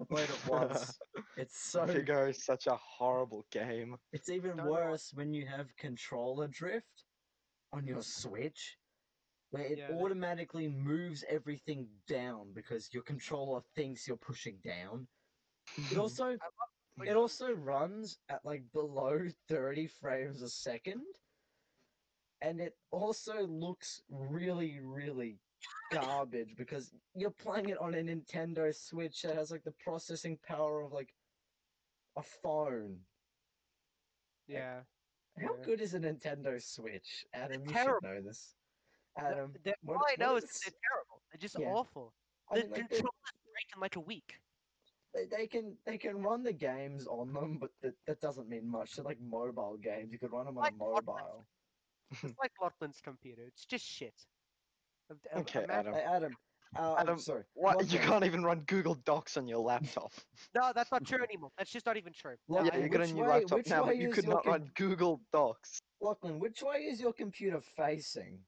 Speaker 1: I played it once. It's so
Speaker 3: Figo is such a horrible game.
Speaker 1: It's even
Speaker 2: Don't know.
Speaker 1: worse when you have controller drift on your Switch, where it
Speaker 2: Yeah, that-
Speaker 1: automatically moves everything down because your controller thinks you're pushing down. It also
Speaker 2: like-
Speaker 1: it also runs at like below 30 frames a second. And it also looks really, really garbage because you're playing it on a Nintendo Switch that has like the processing power of like a phone.
Speaker 2: Yeah.
Speaker 1: How
Speaker 2: Yeah.
Speaker 1: good is a Nintendo Switch? Adam, you should
Speaker 2: terrible.
Speaker 1: know this.
Speaker 2: Th-
Speaker 1: Adam,
Speaker 2: th-
Speaker 1: what-
Speaker 2: all I
Speaker 1: what
Speaker 2: know
Speaker 1: is
Speaker 2: is
Speaker 1: this?
Speaker 2: they're terrible. They're just
Speaker 1: Yeah.
Speaker 2: awful.
Speaker 1: I
Speaker 2: The
Speaker 1: mean, like,
Speaker 2: controller's
Speaker 1: they,
Speaker 2: break in like a week.
Speaker 1: they, they can they can run the games on them, but that, that doesn't mean much. They're like mobile games. You could run them on
Speaker 2: Like,
Speaker 1: a
Speaker 2: what-
Speaker 1: mobile.
Speaker 2: It's like Lachlan's computer. It's just shit. Um, d- um,
Speaker 3: Okay,
Speaker 2: imagine-
Speaker 3: Adam.
Speaker 1: Hey, Adam. Uh, I'm
Speaker 3: Adam,
Speaker 1: sorry.
Speaker 3: What?
Speaker 1: one
Speaker 3: You
Speaker 1: thing.
Speaker 3: can't even run Google Docs on your laptop.
Speaker 2: No, that's not true anymore. That's just not even true.
Speaker 1: Lachlan,
Speaker 3: yeah, you got a
Speaker 1: which
Speaker 3: new
Speaker 1: way-
Speaker 3: laptop
Speaker 1: which
Speaker 3: now, but
Speaker 1: way
Speaker 3: you
Speaker 1: is
Speaker 3: could
Speaker 1: your
Speaker 3: not
Speaker 1: con-
Speaker 3: run Google Docs.
Speaker 1: Lachlan, which way is your computer facing?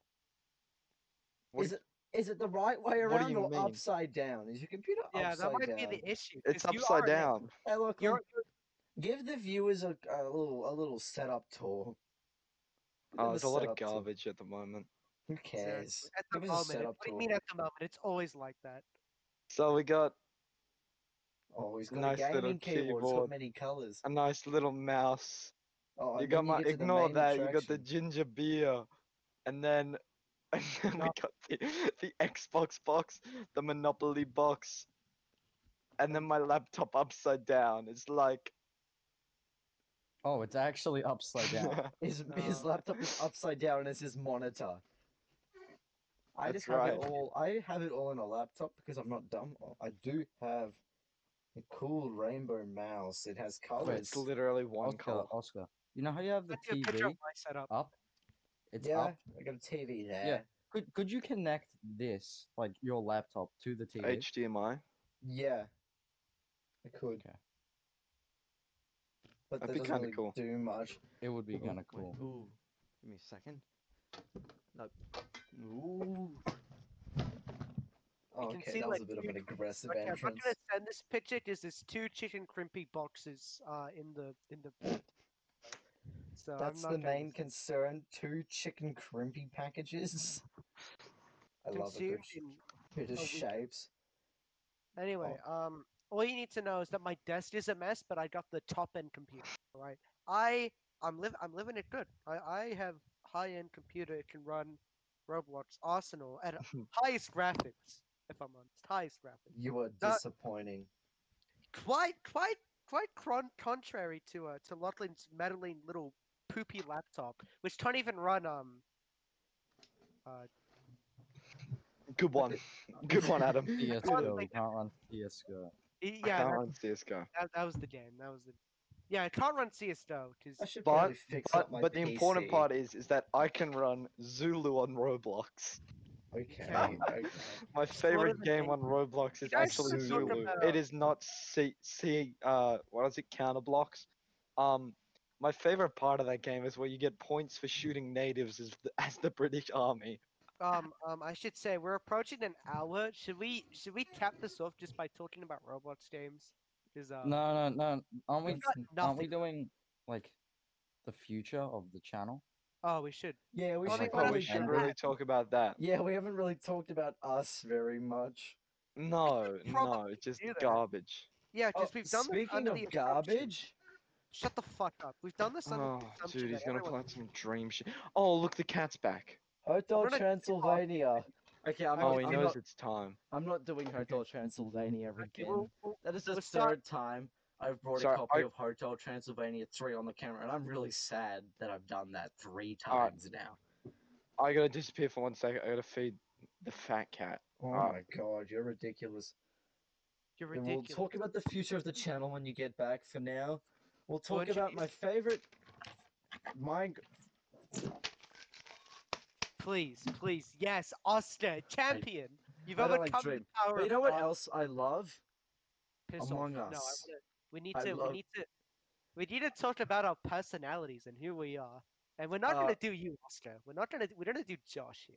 Speaker 3: What
Speaker 1: Is it is it the right way
Speaker 3: What do
Speaker 1: around
Speaker 3: you
Speaker 1: or
Speaker 3: mean?
Speaker 1: upside down? Is your computer
Speaker 2: Yeah, that
Speaker 1: upside
Speaker 2: might
Speaker 1: down?
Speaker 2: be the issue.
Speaker 3: It's
Speaker 2: 'cause you
Speaker 3: upside
Speaker 2: are an expert.
Speaker 3: down.
Speaker 1: Hey, Lachlan,
Speaker 2: You're, you're,
Speaker 1: give the viewers a, a little a little setup tour. Give
Speaker 3: Oh,
Speaker 1: them
Speaker 3: there's a lot of
Speaker 1: setup tour.
Speaker 3: garbage at the moment.
Speaker 1: Who
Speaker 2: seriously,
Speaker 1: cares?
Speaker 2: At the
Speaker 1: Give us a
Speaker 2: moment, it-
Speaker 1: setup
Speaker 2: what do you
Speaker 1: tour.
Speaker 2: mean at the moment? It's always like that.
Speaker 3: So we got
Speaker 1: Oh, he's got
Speaker 3: Nice
Speaker 1: a
Speaker 3: little
Speaker 1: gaming keyboard. It's got
Speaker 3: keyboard.
Speaker 1: many colors.
Speaker 3: a nice little mouse.
Speaker 1: Oh,
Speaker 3: you
Speaker 1: and
Speaker 3: got
Speaker 1: then
Speaker 3: my
Speaker 1: get to the
Speaker 3: ignore
Speaker 1: main
Speaker 3: that. You got the
Speaker 1: attraction.
Speaker 3: ginger beer, and then and then we got the the Xbox box, the Monopoly box, and then my laptop upside down. It's like
Speaker 4: Oh, it's actually upside down.
Speaker 1: His, his
Speaker 2: No.
Speaker 1: laptop is upside down and it's his monitor. I just
Speaker 3: That's
Speaker 1: have it
Speaker 3: right.
Speaker 1: all. I have it all in a laptop because I'm not dumb. Oh, I do have a cool rainbow mouse. It has colors.
Speaker 3: Oh, it's literally one
Speaker 4: Oscar,
Speaker 3: color.
Speaker 4: Oscar. You know how you have the
Speaker 2: Let's do a picture
Speaker 4: TV
Speaker 2: of my setup.
Speaker 4: up? It's
Speaker 1: yeah,
Speaker 4: up.
Speaker 1: I got a TV there.
Speaker 4: Yeah. Could could you connect this, like your laptop, to the TV?
Speaker 3: HDMI.
Speaker 1: Yeah, I could.
Speaker 4: Okay.
Speaker 1: But
Speaker 3: That'd
Speaker 1: that
Speaker 3: be
Speaker 1: doesn't
Speaker 3: kinda
Speaker 1: really
Speaker 3: cool.
Speaker 1: do much.
Speaker 4: It would be
Speaker 1: Ooh,
Speaker 4: kind of
Speaker 1: wait,
Speaker 4: cool.
Speaker 1: Ooh, give me a second. No. Ooh. Oh,
Speaker 2: can
Speaker 1: okay,
Speaker 2: see,
Speaker 1: that was
Speaker 2: like,
Speaker 1: a bit of
Speaker 2: two-
Speaker 1: an aggressive
Speaker 2: Okay, I'm not
Speaker 1: entrance.
Speaker 2: gonna send this picture because there's two chicken crimpy boxes uh, in the in the. So I'm
Speaker 1: That's
Speaker 2: not
Speaker 1: the
Speaker 2: gonna
Speaker 1: main concern. Two chicken crimpy packages. I love a good
Speaker 2: consumed
Speaker 1: sh-
Speaker 2: in
Speaker 1: bit of
Speaker 2: a week.
Speaker 1: shapes.
Speaker 2: Anyway, um, all you need to know is that my desk is a mess, but I got the top end computer. all Right, I I'm live I'm living it good. I I have high end computer. It can run Roblox Arsenal at highest graphics. If I'm honest, highest graphics.
Speaker 1: You are
Speaker 2: Uh,
Speaker 1: disappointing.
Speaker 2: Quite quite quite cron- contrary to uh to Lachlan's meddling little poopy laptop, which can't even run um. Uh,
Speaker 3: Good one. Good one, Adam.
Speaker 4: CS:GO.
Speaker 2: can't
Speaker 4: You can't run CS:GO.
Speaker 2: y-
Speaker 3: I
Speaker 2: yeah,
Speaker 3: can't
Speaker 2: that,
Speaker 3: run CS:GO.
Speaker 2: that, that was the game. That was the. Yeah, I can't run CS:GO because
Speaker 1: I should
Speaker 3: but-
Speaker 1: probably fix
Speaker 3: But,
Speaker 1: up my
Speaker 3: but the important
Speaker 1: PC.
Speaker 3: part is is that I can run Zulu on Roblox.
Speaker 1: Okay, okay.
Speaker 3: My
Speaker 2: Just load
Speaker 3: favorite
Speaker 2: the
Speaker 3: game
Speaker 2: game.
Speaker 3: on Roblox is
Speaker 2: guys
Speaker 3: actually
Speaker 1: should talk
Speaker 3: Zulu.
Speaker 2: about-
Speaker 3: It is not C C uh what is it counterblocks. Um, my favorite part of that game is where you get points for shooting natives as the, as the British Army.
Speaker 2: Um, um, I should say we're approaching an hour. Should we should we cap this off just by talking about Roblox games? Is uh,
Speaker 4: No, no, no. Aren't we?
Speaker 2: We've got
Speaker 4: Aren't we
Speaker 2: nothing.
Speaker 4: doing like the future of the channel?
Speaker 2: oh, we should.
Speaker 1: Yeah, we
Speaker 2: I
Speaker 1: should
Speaker 2: think
Speaker 3: Oh,
Speaker 1: probably
Speaker 3: we
Speaker 2: Probably
Speaker 3: should
Speaker 1: do
Speaker 2: not.
Speaker 3: really
Speaker 1: that.
Speaker 3: talk about that.
Speaker 1: Yeah, we haven't really talked about us very much.
Speaker 3: No, no,
Speaker 2: probably
Speaker 3: it's just
Speaker 2: do that.
Speaker 3: garbage.
Speaker 2: Yeah,
Speaker 1: Oh,
Speaker 2: because we've done this
Speaker 1: speaking
Speaker 2: under
Speaker 1: of
Speaker 2: the assumption-
Speaker 1: garbage,
Speaker 2: Shut the fuck up. We've done this under
Speaker 3: Oh,
Speaker 2: the assumption
Speaker 3: dude,
Speaker 2: that
Speaker 3: he's gonna
Speaker 2: everyone-
Speaker 3: play some dream shit. Oh, look, the cat's back.
Speaker 1: Hotel
Speaker 2: We're not-
Speaker 1: Transylvania. Okay, I'm,
Speaker 3: Oh,
Speaker 1: not,
Speaker 3: he
Speaker 1: I'm,
Speaker 3: knows
Speaker 1: not,
Speaker 3: it's time.
Speaker 1: I'm not doing Hotel Transylvania
Speaker 2: Okay,
Speaker 1: again.
Speaker 2: we'll- we'll-
Speaker 1: That is the
Speaker 2: we'll start-
Speaker 1: third time I've brought
Speaker 3: Sorry,
Speaker 1: a copy
Speaker 3: I-
Speaker 1: of Hotel Transylvania 3 on the camera, and I'm really sad that I've done that three
Speaker 3: Alright.
Speaker 1: times now.
Speaker 3: I gotta disappear for one second. I gotta feed the fat cat.
Speaker 1: Oh my
Speaker 3: Alright.
Speaker 1: god, you're ridiculous.
Speaker 2: You're
Speaker 1: Then we'll
Speaker 2: ridiculous.
Speaker 1: talk about the future of the channel when you get back. For now, we'll
Speaker 2: We'll
Speaker 1: talk about my favorite. My
Speaker 2: Please, please, yes, Oscar, champion. You've
Speaker 1: I don't like
Speaker 2: overcome
Speaker 1: dream.
Speaker 2: the power.
Speaker 1: But you
Speaker 2: of
Speaker 1: know what
Speaker 2: God.
Speaker 1: else I love?
Speaker 2: Piss off.
Speaker 1: Among
Speaker 2: No, I
Speaker 1: Us.
Speaker 2: wanna- we need
Speaker 1: I
Speaker 2: to.
Speaker 1: love-
Speaker 2: We need to. We need to talk about our personalities and who we are. And we're not
Speaker 7: Uh,
Speaker 2: gonna do you, Oscar. We're not gonna. We're gonna do Josh here.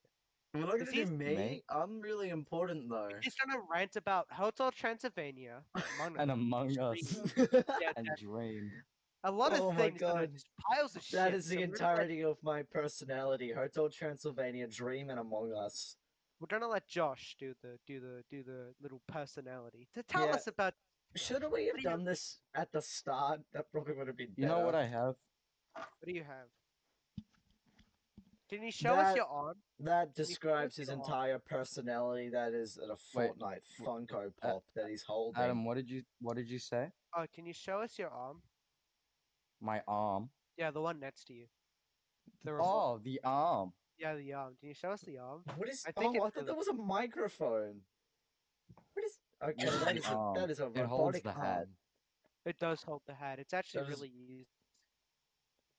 Speaker 1: We're not gonna
Speaker 2: If
Speaker 1: do
Speaker 2: he's-
Speaker 1: me.
Speaker 4: Mate.
Speaker 1: I'm really important though.
Speaker 2: He's gonna rant about Hotel Transylvania, Among
Speaker 4: and
Speaker 2: Us,
Speaker 4: Among
Speaker 2: Dream.
Speaker 4: Us
Speaker 2: yeah,
Speaker 4: and Dream.
Speaker 2: a lot of
Speaker 1: Oh my
Speaker 2: things. that are
Speaker 1: God.
Speaker 2: just piles of shit.
Speaker 1: That is
Speaker 2: so
Speaker 1: the
Speaker 2: we're gonna let-
Speaker 1: entirety of my personality. Hotel Transylvania, Dream, and Among Us.
Speaker 2: We're gonna let Josh do the do the do the little personality to tell
Speaker 1: Yeah.
Speaker 2: us about.
Speaker 1: Should we
Speaker 2: do
Speaker 1: have
Speaker 2: you
Speaker 1: done this at the start? That probably would have been.
Speaker 4: You know what
Speaker 1: better.
Speaker 4: I have?
Speaker 2: What do you have? Can you show us
Speaker 1: That-
Speaker 2: your arm?
Speaker 1: That describes his
Speaker 2: your arm.
Speaker 1: entire personality. That is a
Speaker 4: Wait,
Speaker 1: Fortnite
Speaker 4: wh- uh,
Speaker 1: Funko Pop that he's holding.
Speaker 4: Adam, what did you what did you say?
Speaker 2: Oh, can you show us your arm?
Speaker 4: My arm.
Speaker 2: Yeah, the one next to you. The remote-
Speaker 4: Oh, the arm.
Speaker 2: Yeah, the arm. Can you show us the arm?
Speaker 1: What is?
Speaker 2: I think
Speaker 1: oh,
Speaker 2: it's
Speaker 1: I
Speaker 2: the-
Speaker 1: thought that was a microphone. What is? Okay,
Speaker 4: Yes,
Speaker 1: that
Speaker 4: the
Speaker 1: is a, that
Speaker 4: arm.
Speaker 1: is a
Speaker 4: It holds
Speaker 1: robotic
Speaker 4: the hat.
Speaker 1: arm.
Speaker 2: It does hold the hat. It's actually
Speaker 1: Does-
Speaker 2: really used.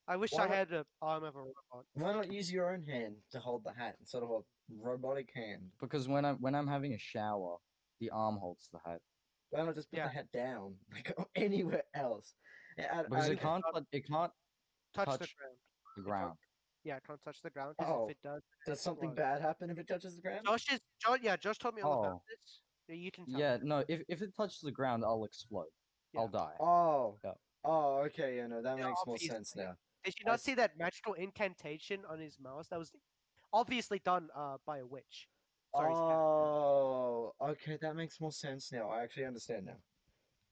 Speaker 2: I wish
Speaker 1: Why
Speaker 2: I
Speaker 1: not-
Speaker 2: had an arm of a robot.
Speaker 1: Why not use your own hand to hold the hat instead of a robotic hand?
Speaker 4: Because when I'm when I'm having a shower, the arm holds the hat.
Speaker 1: Why not just put
Speaker 2: Yeah.
Speaker 1: the hat down, like or anywhere else? Yeah, I-
Speaker 4: Because
Speaker 1: I-
Speaker 4: it can't let- it can't
Speaker 2: Touch, the
Speaker 4: Touch.
Speaker 2: ground.
Speaker 4: the ground.
Speaker 2: Yeah, it can't touch the ground because
Speaker 1: Oh,
Speaker 2: if it does,
Speaker 1: does something
Speaker 2: Right.
Speaker 1: bad happen if it touches the ground?
Speaker 2: Josh is. Josh, yeah, Josh told me all about
Speaker 4: Oh.
Speaker 2: this. Yeah, you can tell.
Speaker 4: Yeah, no, if if it touches the ground, I'll explode. I'll
Speaker 2: Yeah.
Speaker 4: die.
Speaker 1: Oh.
Speaker 4: Yeah.
Speaker 1: Oh, okay. Yeah, no, that
Speaker 2: Yeah,
Speaker 1: makes more
Speaker 2: obviously.
Speaker 1: sense now.
Speaker 2: Did you
Speaker 1: I
Speaker 2: not see that magical incantation on his mouse? That was obviously done uh, by a witch. Sorry, it's cat.
Speaker 1: Oh, okay, that makes more sense now. I actually understand now.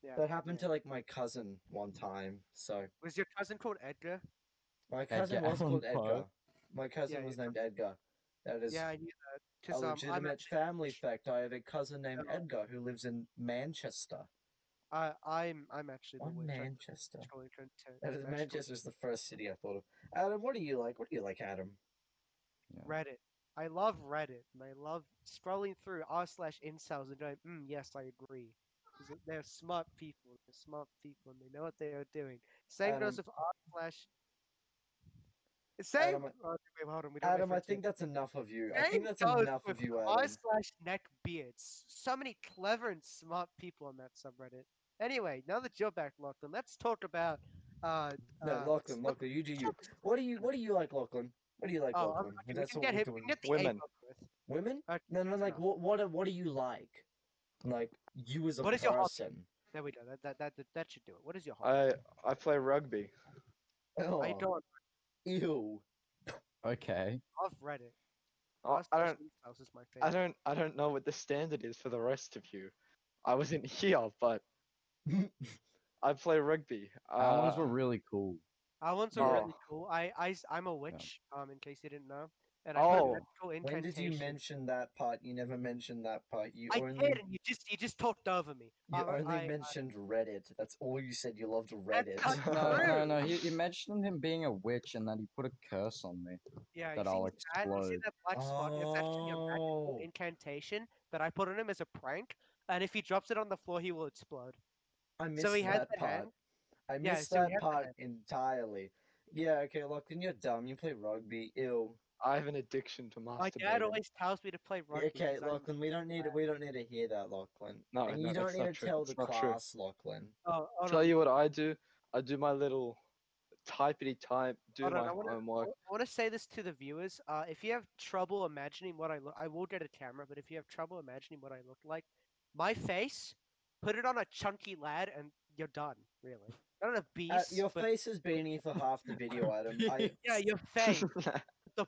Speaker 2: Yeah,
Speaker 1: That happened to
Speaker 2: yeah.
Speaker 1: like my cousin one time. So
Speaker 2: Was your cousin called Edgar?
Speaker 1: my cousin
Speaker 4: Edgar
Speaker 1: was
Speaker 4: Allan
Speaker 1: called
Speaker 4: Poe.
Speaker 1: Edgar. My cousin
Speaker 2: yeah.
Speaker 1: was named Edgar. That is
Speaker 2: Yeah, I knew
Speaker 1: a
Speaker 2: that. Because um, I'm
Speaker 1: legitimate
Speaker 2: actually-
Speaker 1: family fact. I have a cousin named
Speaker 2: Oh.
Speaker 1: Edgar who lives in Manchester.
Speaker 2: I, I'm I'm actually the
Speaker 1: Why
Speaker 2: witch. I did
Speaker 1: Manchester?
Speaker 2: magical incantation.
Speaker 1: That is
Speaker 2: magical-
Speaker 1: Manchester's the first city I thought of. Adam, what do you like? What do you like, Adam?
Speaker 2: Reddit. I love Reddit, and I love scrolling through r slash incels and going, mm, yes, I agree. 'Cause they- They're smart people. They're smart people, and they know what they are doing. Same goes
Speaker 1: Adam-
Speaker 2: with r slash. Same.
Speaker 1: Adam, I-
Speaker 2: oh, wait, hold on. We don't know
Speaker 1: Adam,
Speaker 2: if
Speaker 1: I
Speaker 2: it's you.
Speaker 1: think that's enough of you. I think
Speaker 2: Same
Speaker 1: that's
Speaker 2: goes
Speaker 1: enough of
Speaker 2: with
Speaker 1: you,
Speaker 2: r
Speaker 1: Adam.
Speaker 2: slash neckbeards. So many clever and smart people on that subreddit. Anyway, now that you're back, Lachlan, let's talk about. Uh,
Speaker 1: No,
Speaker 2: uh,
Speaker 1: Lachlan,
Speaker 2: some-
Speaker 1: Lachlan, you do you.
Speaker 2: some-
Speaker 1: What do you What do you like, Lachlan? What do you like,
Speaker 2: Oh, I'm-
Speaker 1: Lachlan?
Speaker 2: we
Speaker 1: That's
Speaker 2: can
Speaker 1: what
Speaker 2: get
Speaker 1: we're
Speaker 2: him.
Speaker 1: doing.
Speaker 2: We can get the A
Speaker 3: Women.
Speaker 2: over with.
Speaker 1: Women?
Speaker 2: Okay,
Speaker 1: No, no,
Speaker 2: that's
Speaker 1: like
Speaker 2: enough.
Speaker 1: what what are- what do you like? Like you as a
Speaker 2: What is your hobby?
Speaker 1: person.
Speaker 2: There we go. That that that, that, that should do it. What is your hobby?
Speaker 3: I I play rugby.
Speaker 2: I
Speaker 1: Oh,
Speaker 2: don't
Speaker 1: Ew.
Speaker 4: Okay.
Speaker 2: love Reddit.
Speaker 3: I,
Speaker 2: Last
Speaker 3: Oh, I don't
Speaker 2: Christmas House is my
Speaker 3: I
Speaker 2: favorite.
Speaker 3: don't I don't know what the standard is for the rest of you. I wasn't here, but I play rugby.
Speaker 4: Our ones
Speaker 3: Uh,
Speaker 4: were really cool.
Speaker 2: Our ones are really cool. I I am a witch. Um, in case you didn't know. And I oh,
Speaker 3: Oh.
Speaker 2: magical
Speaker 1: When did you
Speaker 2: incantation.
Speaker 1: mention that part? You never mentioned that part. You
Speaker 2: I
Speaker 1: only
Speaker 2: did, and you just you just talked over me.
Speaker 1: you
Speaker 2: Um,
Speaker 1: only
Speaker 2: I- I-
Speaker 1: mentioned Reddit. That's all you said. You loved Reddit.
Speaker 2: not
Speaker 4: No, no,
Speaker 2: True.
Speaker 4: no. He, he mentioned him being a witch and that he put a curse on me.
Speaker 2: yeah,
Speaker 4: that
Speaker 2: you
Speaker 4: I'll
Speaker 2: see that? You see
Speaker 4: explode.
Speaker 2: that black spot? It's actually a magical
Speaker 1: Oh.
Speaker 2: incantation that I put on him as a prank. And if he drops it on the floor, he will explode.
Speaker 1: I missed
Speaker 2: he had
Speaker 1: that
Speaker 2: the
Speaker 1: part.
Speaker 2: hand.
Speaker 1: I
Speaker 2: Yeah,
Speaker 1: missed
Speaker 2: so he
Speaker 1: that
Speaker 2: had the
Speaker 1: part entirely. Yeah, okay, Lachlan, you're dumb. You play rugby. Ew.
Speaker 3: I have an addiction to
Speaker 2: My dad
Speaker 3: masturbating.
Speaker 2: always tells me to play
Speaker 1: Yeah,
Speaker 2: rugby.
Speaker 1: Okay,
Speaker 2: 'cause I'm-
Speaker 1: Lachlan, we don't need to. We don't need to hear that, Lachlan.
Speaker 3: No,
Speaker 1: and
Speaker 3: no,
Speaker 1: you don't
Speaker 3: that's
Speaker 1: need to
Speaker 3: not true.
Speaker 1: tell
Speaker 3: It's
Speaker 1: the
Speaker 3: not true.
Speaker 1: class, Lachlan. Uh,
Speaker 2: Oh, hold
Speaker 3: Tell
Speaker 2: on.
Speaker 3: you what I do. I do my little typity type. Do
Speaker 2: Hold on,
Speaker 3: my
Speaker 2: I wanna-
Speaker 3: homework.
Speaker 2: I want to say this to the viewers. Uh, if you have trouble imagining what I look, I will get a camera. But if you have trouble imagining what I look like, my face, put it on a chunky lad, and you're done. Really, not a beast.
Speaker 1: Uh, your
Speaker 2: but-
Speaker 1: face has been here for half the video, Adam. I,
Speaker 2: Yeah, your face, the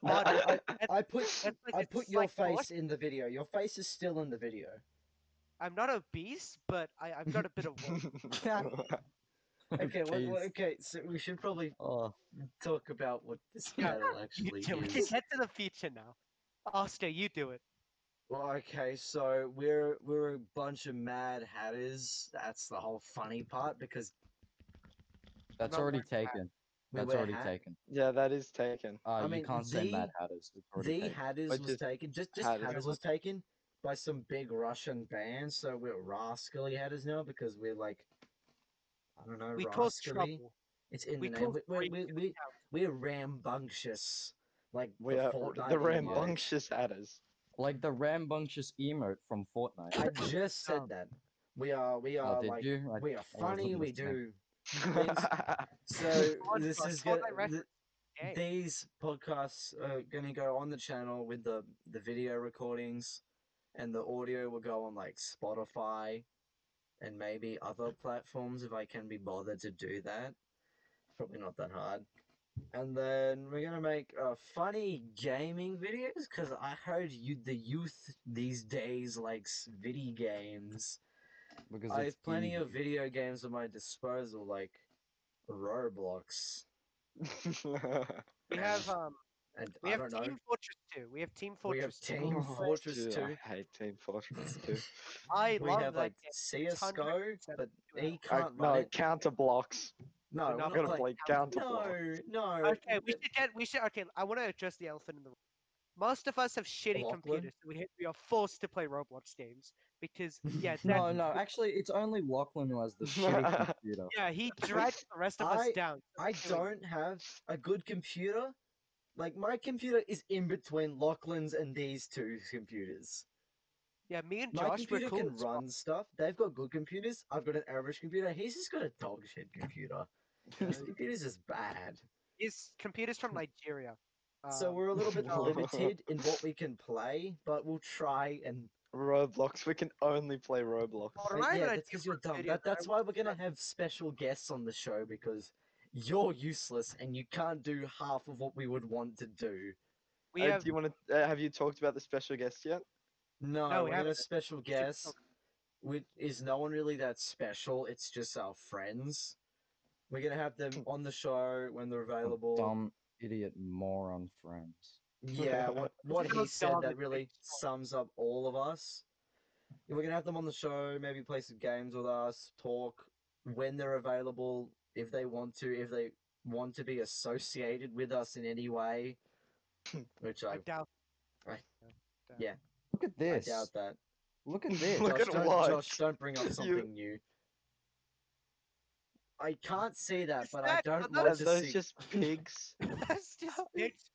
Speaker 1: I,
Speaker 2: body.
Speaker 1: I, I,
Speaker 2: That's-
Speaker 1: I put,
Speaker 2: that's like
Speaker 1: I
Speaker 2: it's
Speaker 1: put your
Speaker 2: like what?
Speaker 1: face in the video. Your face is still in the video.
Speaker 2: I'm not a beast, but I, I've got a bit of work.
Speaker 1: Okay, well, well,
Speaker 4: Oh, Jeez.
Speaker 1: okay. So we should probably
Speaker 4: Oh,
Speaker 1: talk about what this
Speaker 2: Yeah,
Speaker 1: battle
Speaker 2: You
Speaker 1: actually
Speaker 2: do it.
Speaker 1: is.
Speaker 2: Head to the future now. Oscar, you do it.
Speaker 1: Well, okay, so we're we're a bunch of mad hatters. That's the whole funny part because
Speaker 4: that's
Speaker 2: Not
Speaker 4: already
Speaker 2: like that.
Speaker 4: taken.
Speaker 1: we
Speaker 4: That's
Speaker 1: wear
Speaker 4: already
Speaker 1: hat-
Speaker 4: taken.
Speaker 3: yeah, that is taken.
Speaker 4: Uh, you
Speaker 1: mean,
Speaker 4: can't send
Speaker 1: the-
Speaker 4: that hatters. It's already
Speaker 1: The
Speaker 4: taken.
Speaker 1: Hatters
Speaker 3: But
Speaker 1: was
Speaker 3: just
Speaker 1: taken. Just just
Speaker 3: Hatters.
Speaker 1: Hatters, was taken by some big Russian band, so we're rascally Hatters now because we're like, I don't know,
Speaker 2: We cause
Speaker 1: rascally.
Speaker 2: trouble.
Speaker 1: It's in
Speaker 2: We
Speaker 1: the name.
Speaker 2: cause
Speaker 1: We we
Speaker 2: grief
Speaker 1: we
Speaker 2: to the
Speaker 1: we we're
Speaker 2: town.
Speaker 1: rambunctious, like
Speaker 3: We
Speaker 1: the
Speaker 3: are
Speaker 1: Fortnite
Speaker 3: the
Speaker 1: emote.
Speaker 3: rambunctious adders.
Speaker 4: Like the rambunctious emote from Fortnite.
Speaker 1: I just said
Speaker 2: Um,
Speaker 1: that. We are we
Speaker 4: oh,
Speaker 1: are
Speaker 4: did
Speaker 1: uh, like
Speaker 4: you? I-
Speaker 1: we are
Speaker 4: wasn't
Speaker 1: funny. We
Speaker 4: listening.
Speaker 1: do. Things- So
Speaker 2: Fortnite
Speaker 1: this
Speaker 2: reference,
Speaker 1: is gonna
Speaker 2: Fortnite reference.
Speaker 1: th-
Speaker 2: Hey.
Speaker 1: these podcasts are going to go on the channel with the, the video recordings, and the audio will go on like Spotify and maybe other platforms if I can be bothered to do that. Probably not that hard. And then we're going to make uh, funny gaming videos because I heard you the youth these days likes video games.
Speaker 4: Because
Speaker 1: I
Speaker 4: it's
Speaker 1: have Uh, plenty of
Speaker 4: easy.
Speaker 1: video games at my disposal, like Roblox.
Speaker 2: We have um,
Speaker 1: And
Speaker 2: we
Speaker 1: I
Speaker 2: have
Speaker 1: don't
Speaker 2: Team
Speaker 1: know.
Speaker 2: Fortress 2. We have Team
Speaker 1: We
Speaker 2: Fortress
Speaker 1: have
Speaker 2: 2.
Speaker 1: Team Fortress
Speaker 3: Dude,
Speaker 1: 2.
Speaker 3: I hate Team Fortress 2.
Speaker 2: I
Speaker 1: We
Speaker 2: love
Speaker 1: have
Speaker 2: that
Speaker 1: like
Speaker 2: game.
Speaker 1: CSGO,
Speaker 2: 100%
Speaker 1: but
Speaker 2: well.
Speaker 1: he
Speaker 3: I-
Speaker 1: can't run
Speaker 3: no,
Speaker 1: it.
Speaker 3: counter blocks.
Speaker 1: No,
Speaker 2: We're
Speaker 1: we're
Speaker 2: not
Speaker 3: I'm
Speaker 1: not
Speaker 3: gonna
Speaker 1: playing-
Speaker 3: play counter blocks.
Speaker 1: No, no.
Speaker 2: Okay, we should get we should okay, I wanna address the elephant in the room. Most of us have shitty
Speaker 1: Lachlan?
Speaker 2: computers, so we, ha- we are forced to play Roblox games because yeah,
Speaker 4: No,
Speaker 2: that-
Speaker 4: no. Actually, it's only Lachlan who has the shitty computer.
Speaker 2: yeah, he drags the rest of us
Speaker 1: I-
Speaker 2: down.
Speaker 1: I
Speaker 2: Anyway,
Speaker 1: don't have a good computer. Like my computer is in between Lachlan's and these two computers.
Speaker 2: Yeah, me and
Speaker 1: My
Speaker 2: Josh were
Speaker 1: computer
Speaker 2: cool.
Speaker 1: can
Speaker 2: as fuck.
Speaker 1: run stuff. They've got good computers. I've got an average computer. He's just got a dog shit computer. His computer's just bad.
Speaker 2: His computer's from Nigeria.
Speaker 1: So
Speaker 2: Um,
Speaker 1: we're a little bit
Speaker 3: Wow.
Speaker 1: limited in what we can play, but we'll try and
Speaker 3: Roblox. We can only play Roblox.
Speaker 2: Hold
Speaker 1: But
Speaker 2: on, I
Speaker 1: yeah,
Speaker 2: have an
Speaker 1: that's
Speaker 2: idea
Speaker 1: because
Speaker 2: for
Speaker 1: you're
Speaker 2: a
Speaker 1: dumb.
Speaker 2: video
Speaker 1: That,
Speaker 2: that I
Speaker 1: that's why we're gonna have special guests on the show because you're useless and you can't do half of what we would want to do.
Speaker 2: we
Speaker 3: Uh,
Speaker 2: have
Speaker 3: Do you want to? Uh, have you talked about the special guest yet?
Speaker 1: No, we're
Speaker 2: No, we
Speaker 1: gonna
Speaker 2: haven't.
Speaker 1: have special guests. Which is no one really that special. It's just our friends. We're gonna have
Speaker 2: Hmm.
Speaker 1: them on the show when they're available.
Speaker 4: Dumb idiot moron friends.
Speaker 1: Yeah, what, what
Speaker 2: So
Speaker 1: he said
Speaker 2: dumb
Speaker 1: that
Speaker 2: and
Speaker 1: really sums up all of us. Yeah, We're gonna have them on the show, maybe play some games with us, talk when they're available, if they want to, if they want to be associated with us in any way. Which I,
Speaker 2: I doubt
Speaker 4: Look at
Speaker 1: I
Speaker 4: this.
Speaker 1: doubt that.
Speaker 4: Look at this.
Speaker 3: Look
Speaker 1: Josh,
Speaker 3: at
Speaker 1: don't,
Speaker 3: what?
Speaker 1: Josh, don't bring up
Speaker 3: You-
Speaker 1: something new. I can't see that,
Speaker 2: Is
Speaker 1: but
Speaker 2: that-
Speaker 1: I
Speaker 2: are
Speaker 1: don't
Speaker 2: those-
Speaker 3: Are
Speaker 1: want to
Speaker 3: those
Speaker 1: see.
Speaker 3: just pigs?
Speaker 2: that's just it's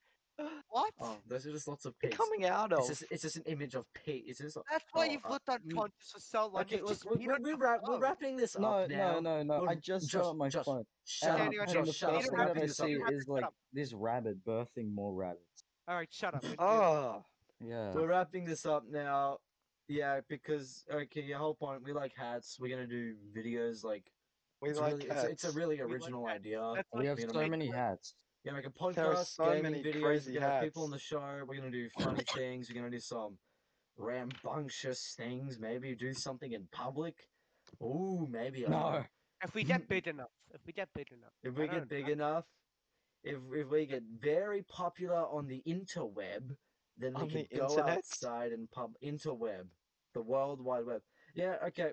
Speaker 2: what?
Speaker 1: Oh, those are just lots of
Speaker 3: They're
Speaker 1: pigs.
Speaker 3: coming out of.
Speaker 1: It's just, it's just an image of pig. It's just
Speaker 2: That's why
Speaker 1: oh,
Speaker 2: you've
Speaker 1: uh,
Speaker 2: looked unconscious for so long.
Speaker 1: Okay,
Speaker 2: you've
Speaker 1: look,
Speaker 2: just
Speaker 1: we're,
Speaker 2: been
Speaker 1: we're,
Speaker 2: on
Speaker 1: we're,
Speaker 2: the
Speaker 1: wrap, we're
Speaker 2: phone.
Speaker 1: wrapping this
Speaker 4: No,
Speaker 1: up now.
Speaker 4: no, no, no. I
Speaker 1: We're-
Speaker 4: just
Speaker 1: Josh,
Speaker 4: saw it on my
Speaker 1: Josh,
Speaker 4: phone.
Speaker 1: Shut
Speaker 2: Anyway,
Speaker 1: up,
Speaker 4: and
Speaker 2: Josh,
Speaker 4: the
Speaker 1: Josh, shut up.
Speaker 4: first
Speaker 1: We're wrapping
Speaker 2: Peter Rabbit, Peter
Speaker 4: thing that I
Speaker 1: this up.
Speaker 4: see
Speaker 2: Rabbit,
Speaker 4: is
Speaker 2: shut
Speaker 4: like
Speaker 2: up.
Speaker 4: this rabbit birthing more rabbits.
Speaker 2: Alright, shut up.
Speaker 1: Oh.
Speaker 3: Ah,
Speaker 4: Yeah.
Speaker 1: We're wrapping this up now. Yeah, because okay, your whole point. We like hats. We're gonna do videos like
Speaker 3: we
Speaker 1: it's,
Speaker 3: like
Speaker 1: really, it's, it's a
Speaker 3: cats.
Speaker 1: really
Speaker 2: like
Speaker 1: original
Speaker 2: hats.
Speaker 1: idea.
Speaker 2: That's
Speaker 4: we have
Speaker 1: we're gonna
Speaker 4: so
Speaker 1: make
Speaker 4: many hats.
Speaker 1: Yeah, like a
Speaker 3: There are
Speaker 1: podcast,
Speaker 3: so
Speaker 1: gaming
Speaker 3: many
Speaker 1: videos.
Speaker 3: crazy
Speaker 1: We're gonna have people on the
Speaker 3: hats.
Speaker 1: show. We're gonna do funny things. We're gonna do some rambunctious things. Maybe do something in public. Ooh, maybe I don't know.
Speaker 4: No.
Speaker 2: If we get big enough, if we get big enough,
Speaker 1: If
Speaker 2: I
Speaker 1: we
Speaker 2: don't
Speaker 1: get big
Speaker 2: know.
Speaker 1: enough, if if we get very popular on the interweb, then we
Speaker 3: On
Speaker 1: can
Speaker 3: the
Speaker 1: go
Speaker 3: internet?
Speaker 1: outside and pub interweb, the World Wide Web. Yeah, okay.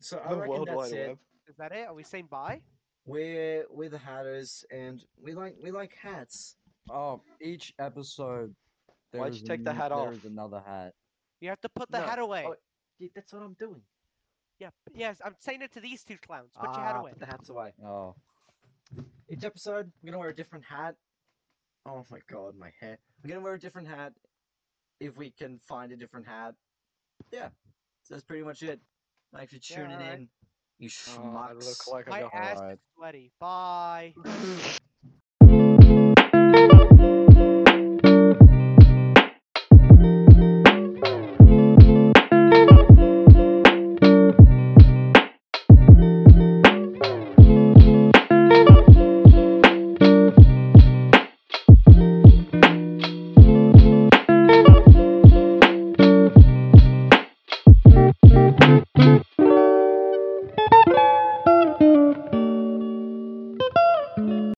Speaker 1: So I
Speaker 3: The
Speaker 1: reckon
Speaker 3: World
Speaker 1: that's
Speaker 3: Wide
Speaker 1: it.
Speaker 3: Web.
Speaker 2: is that it? Are we saying bye?
Speaker 1: We're we're the Hatters, and we like we like hats.
Speaker 4: Oh, each episode. there
Speaker 3: Why'd
Speaker 4: is
Speaker 3: you take the
Speaker 4: an-
Speaker 3: hat
Speaker 4: There
Speaker 3: off?
Speaker 4: is another hat.
Speaker 2: You have to put the
Speaker 1: No,
Speaker 2: hat away.
Speaker 1: oh, Yeah, that's what I'm doing.
Speaker 2: Yeah, p- yes, I'm saying it to these two clowns. Put your hat
Speaker 1: Ah,
Speaker 2: away.
Speaker 1: Put the hats away.
Speaker 4: Oh.
Speaker 1: Each episode, we're gonna wear a different hat. Oh my god, my hair. We're gonna wear a different hat if we can find a different hat. Yeah, so that's pretty much it. Thanks for tuning
Speaker 2: alright.
Speaker 1: in, you
Speaker 3: Oh, I
Speaker 1: schmucks.
Speaker 3: look like I
Speaker 2: My
Speaker 3: got
Speaker 2: ass is sweaty. Bye.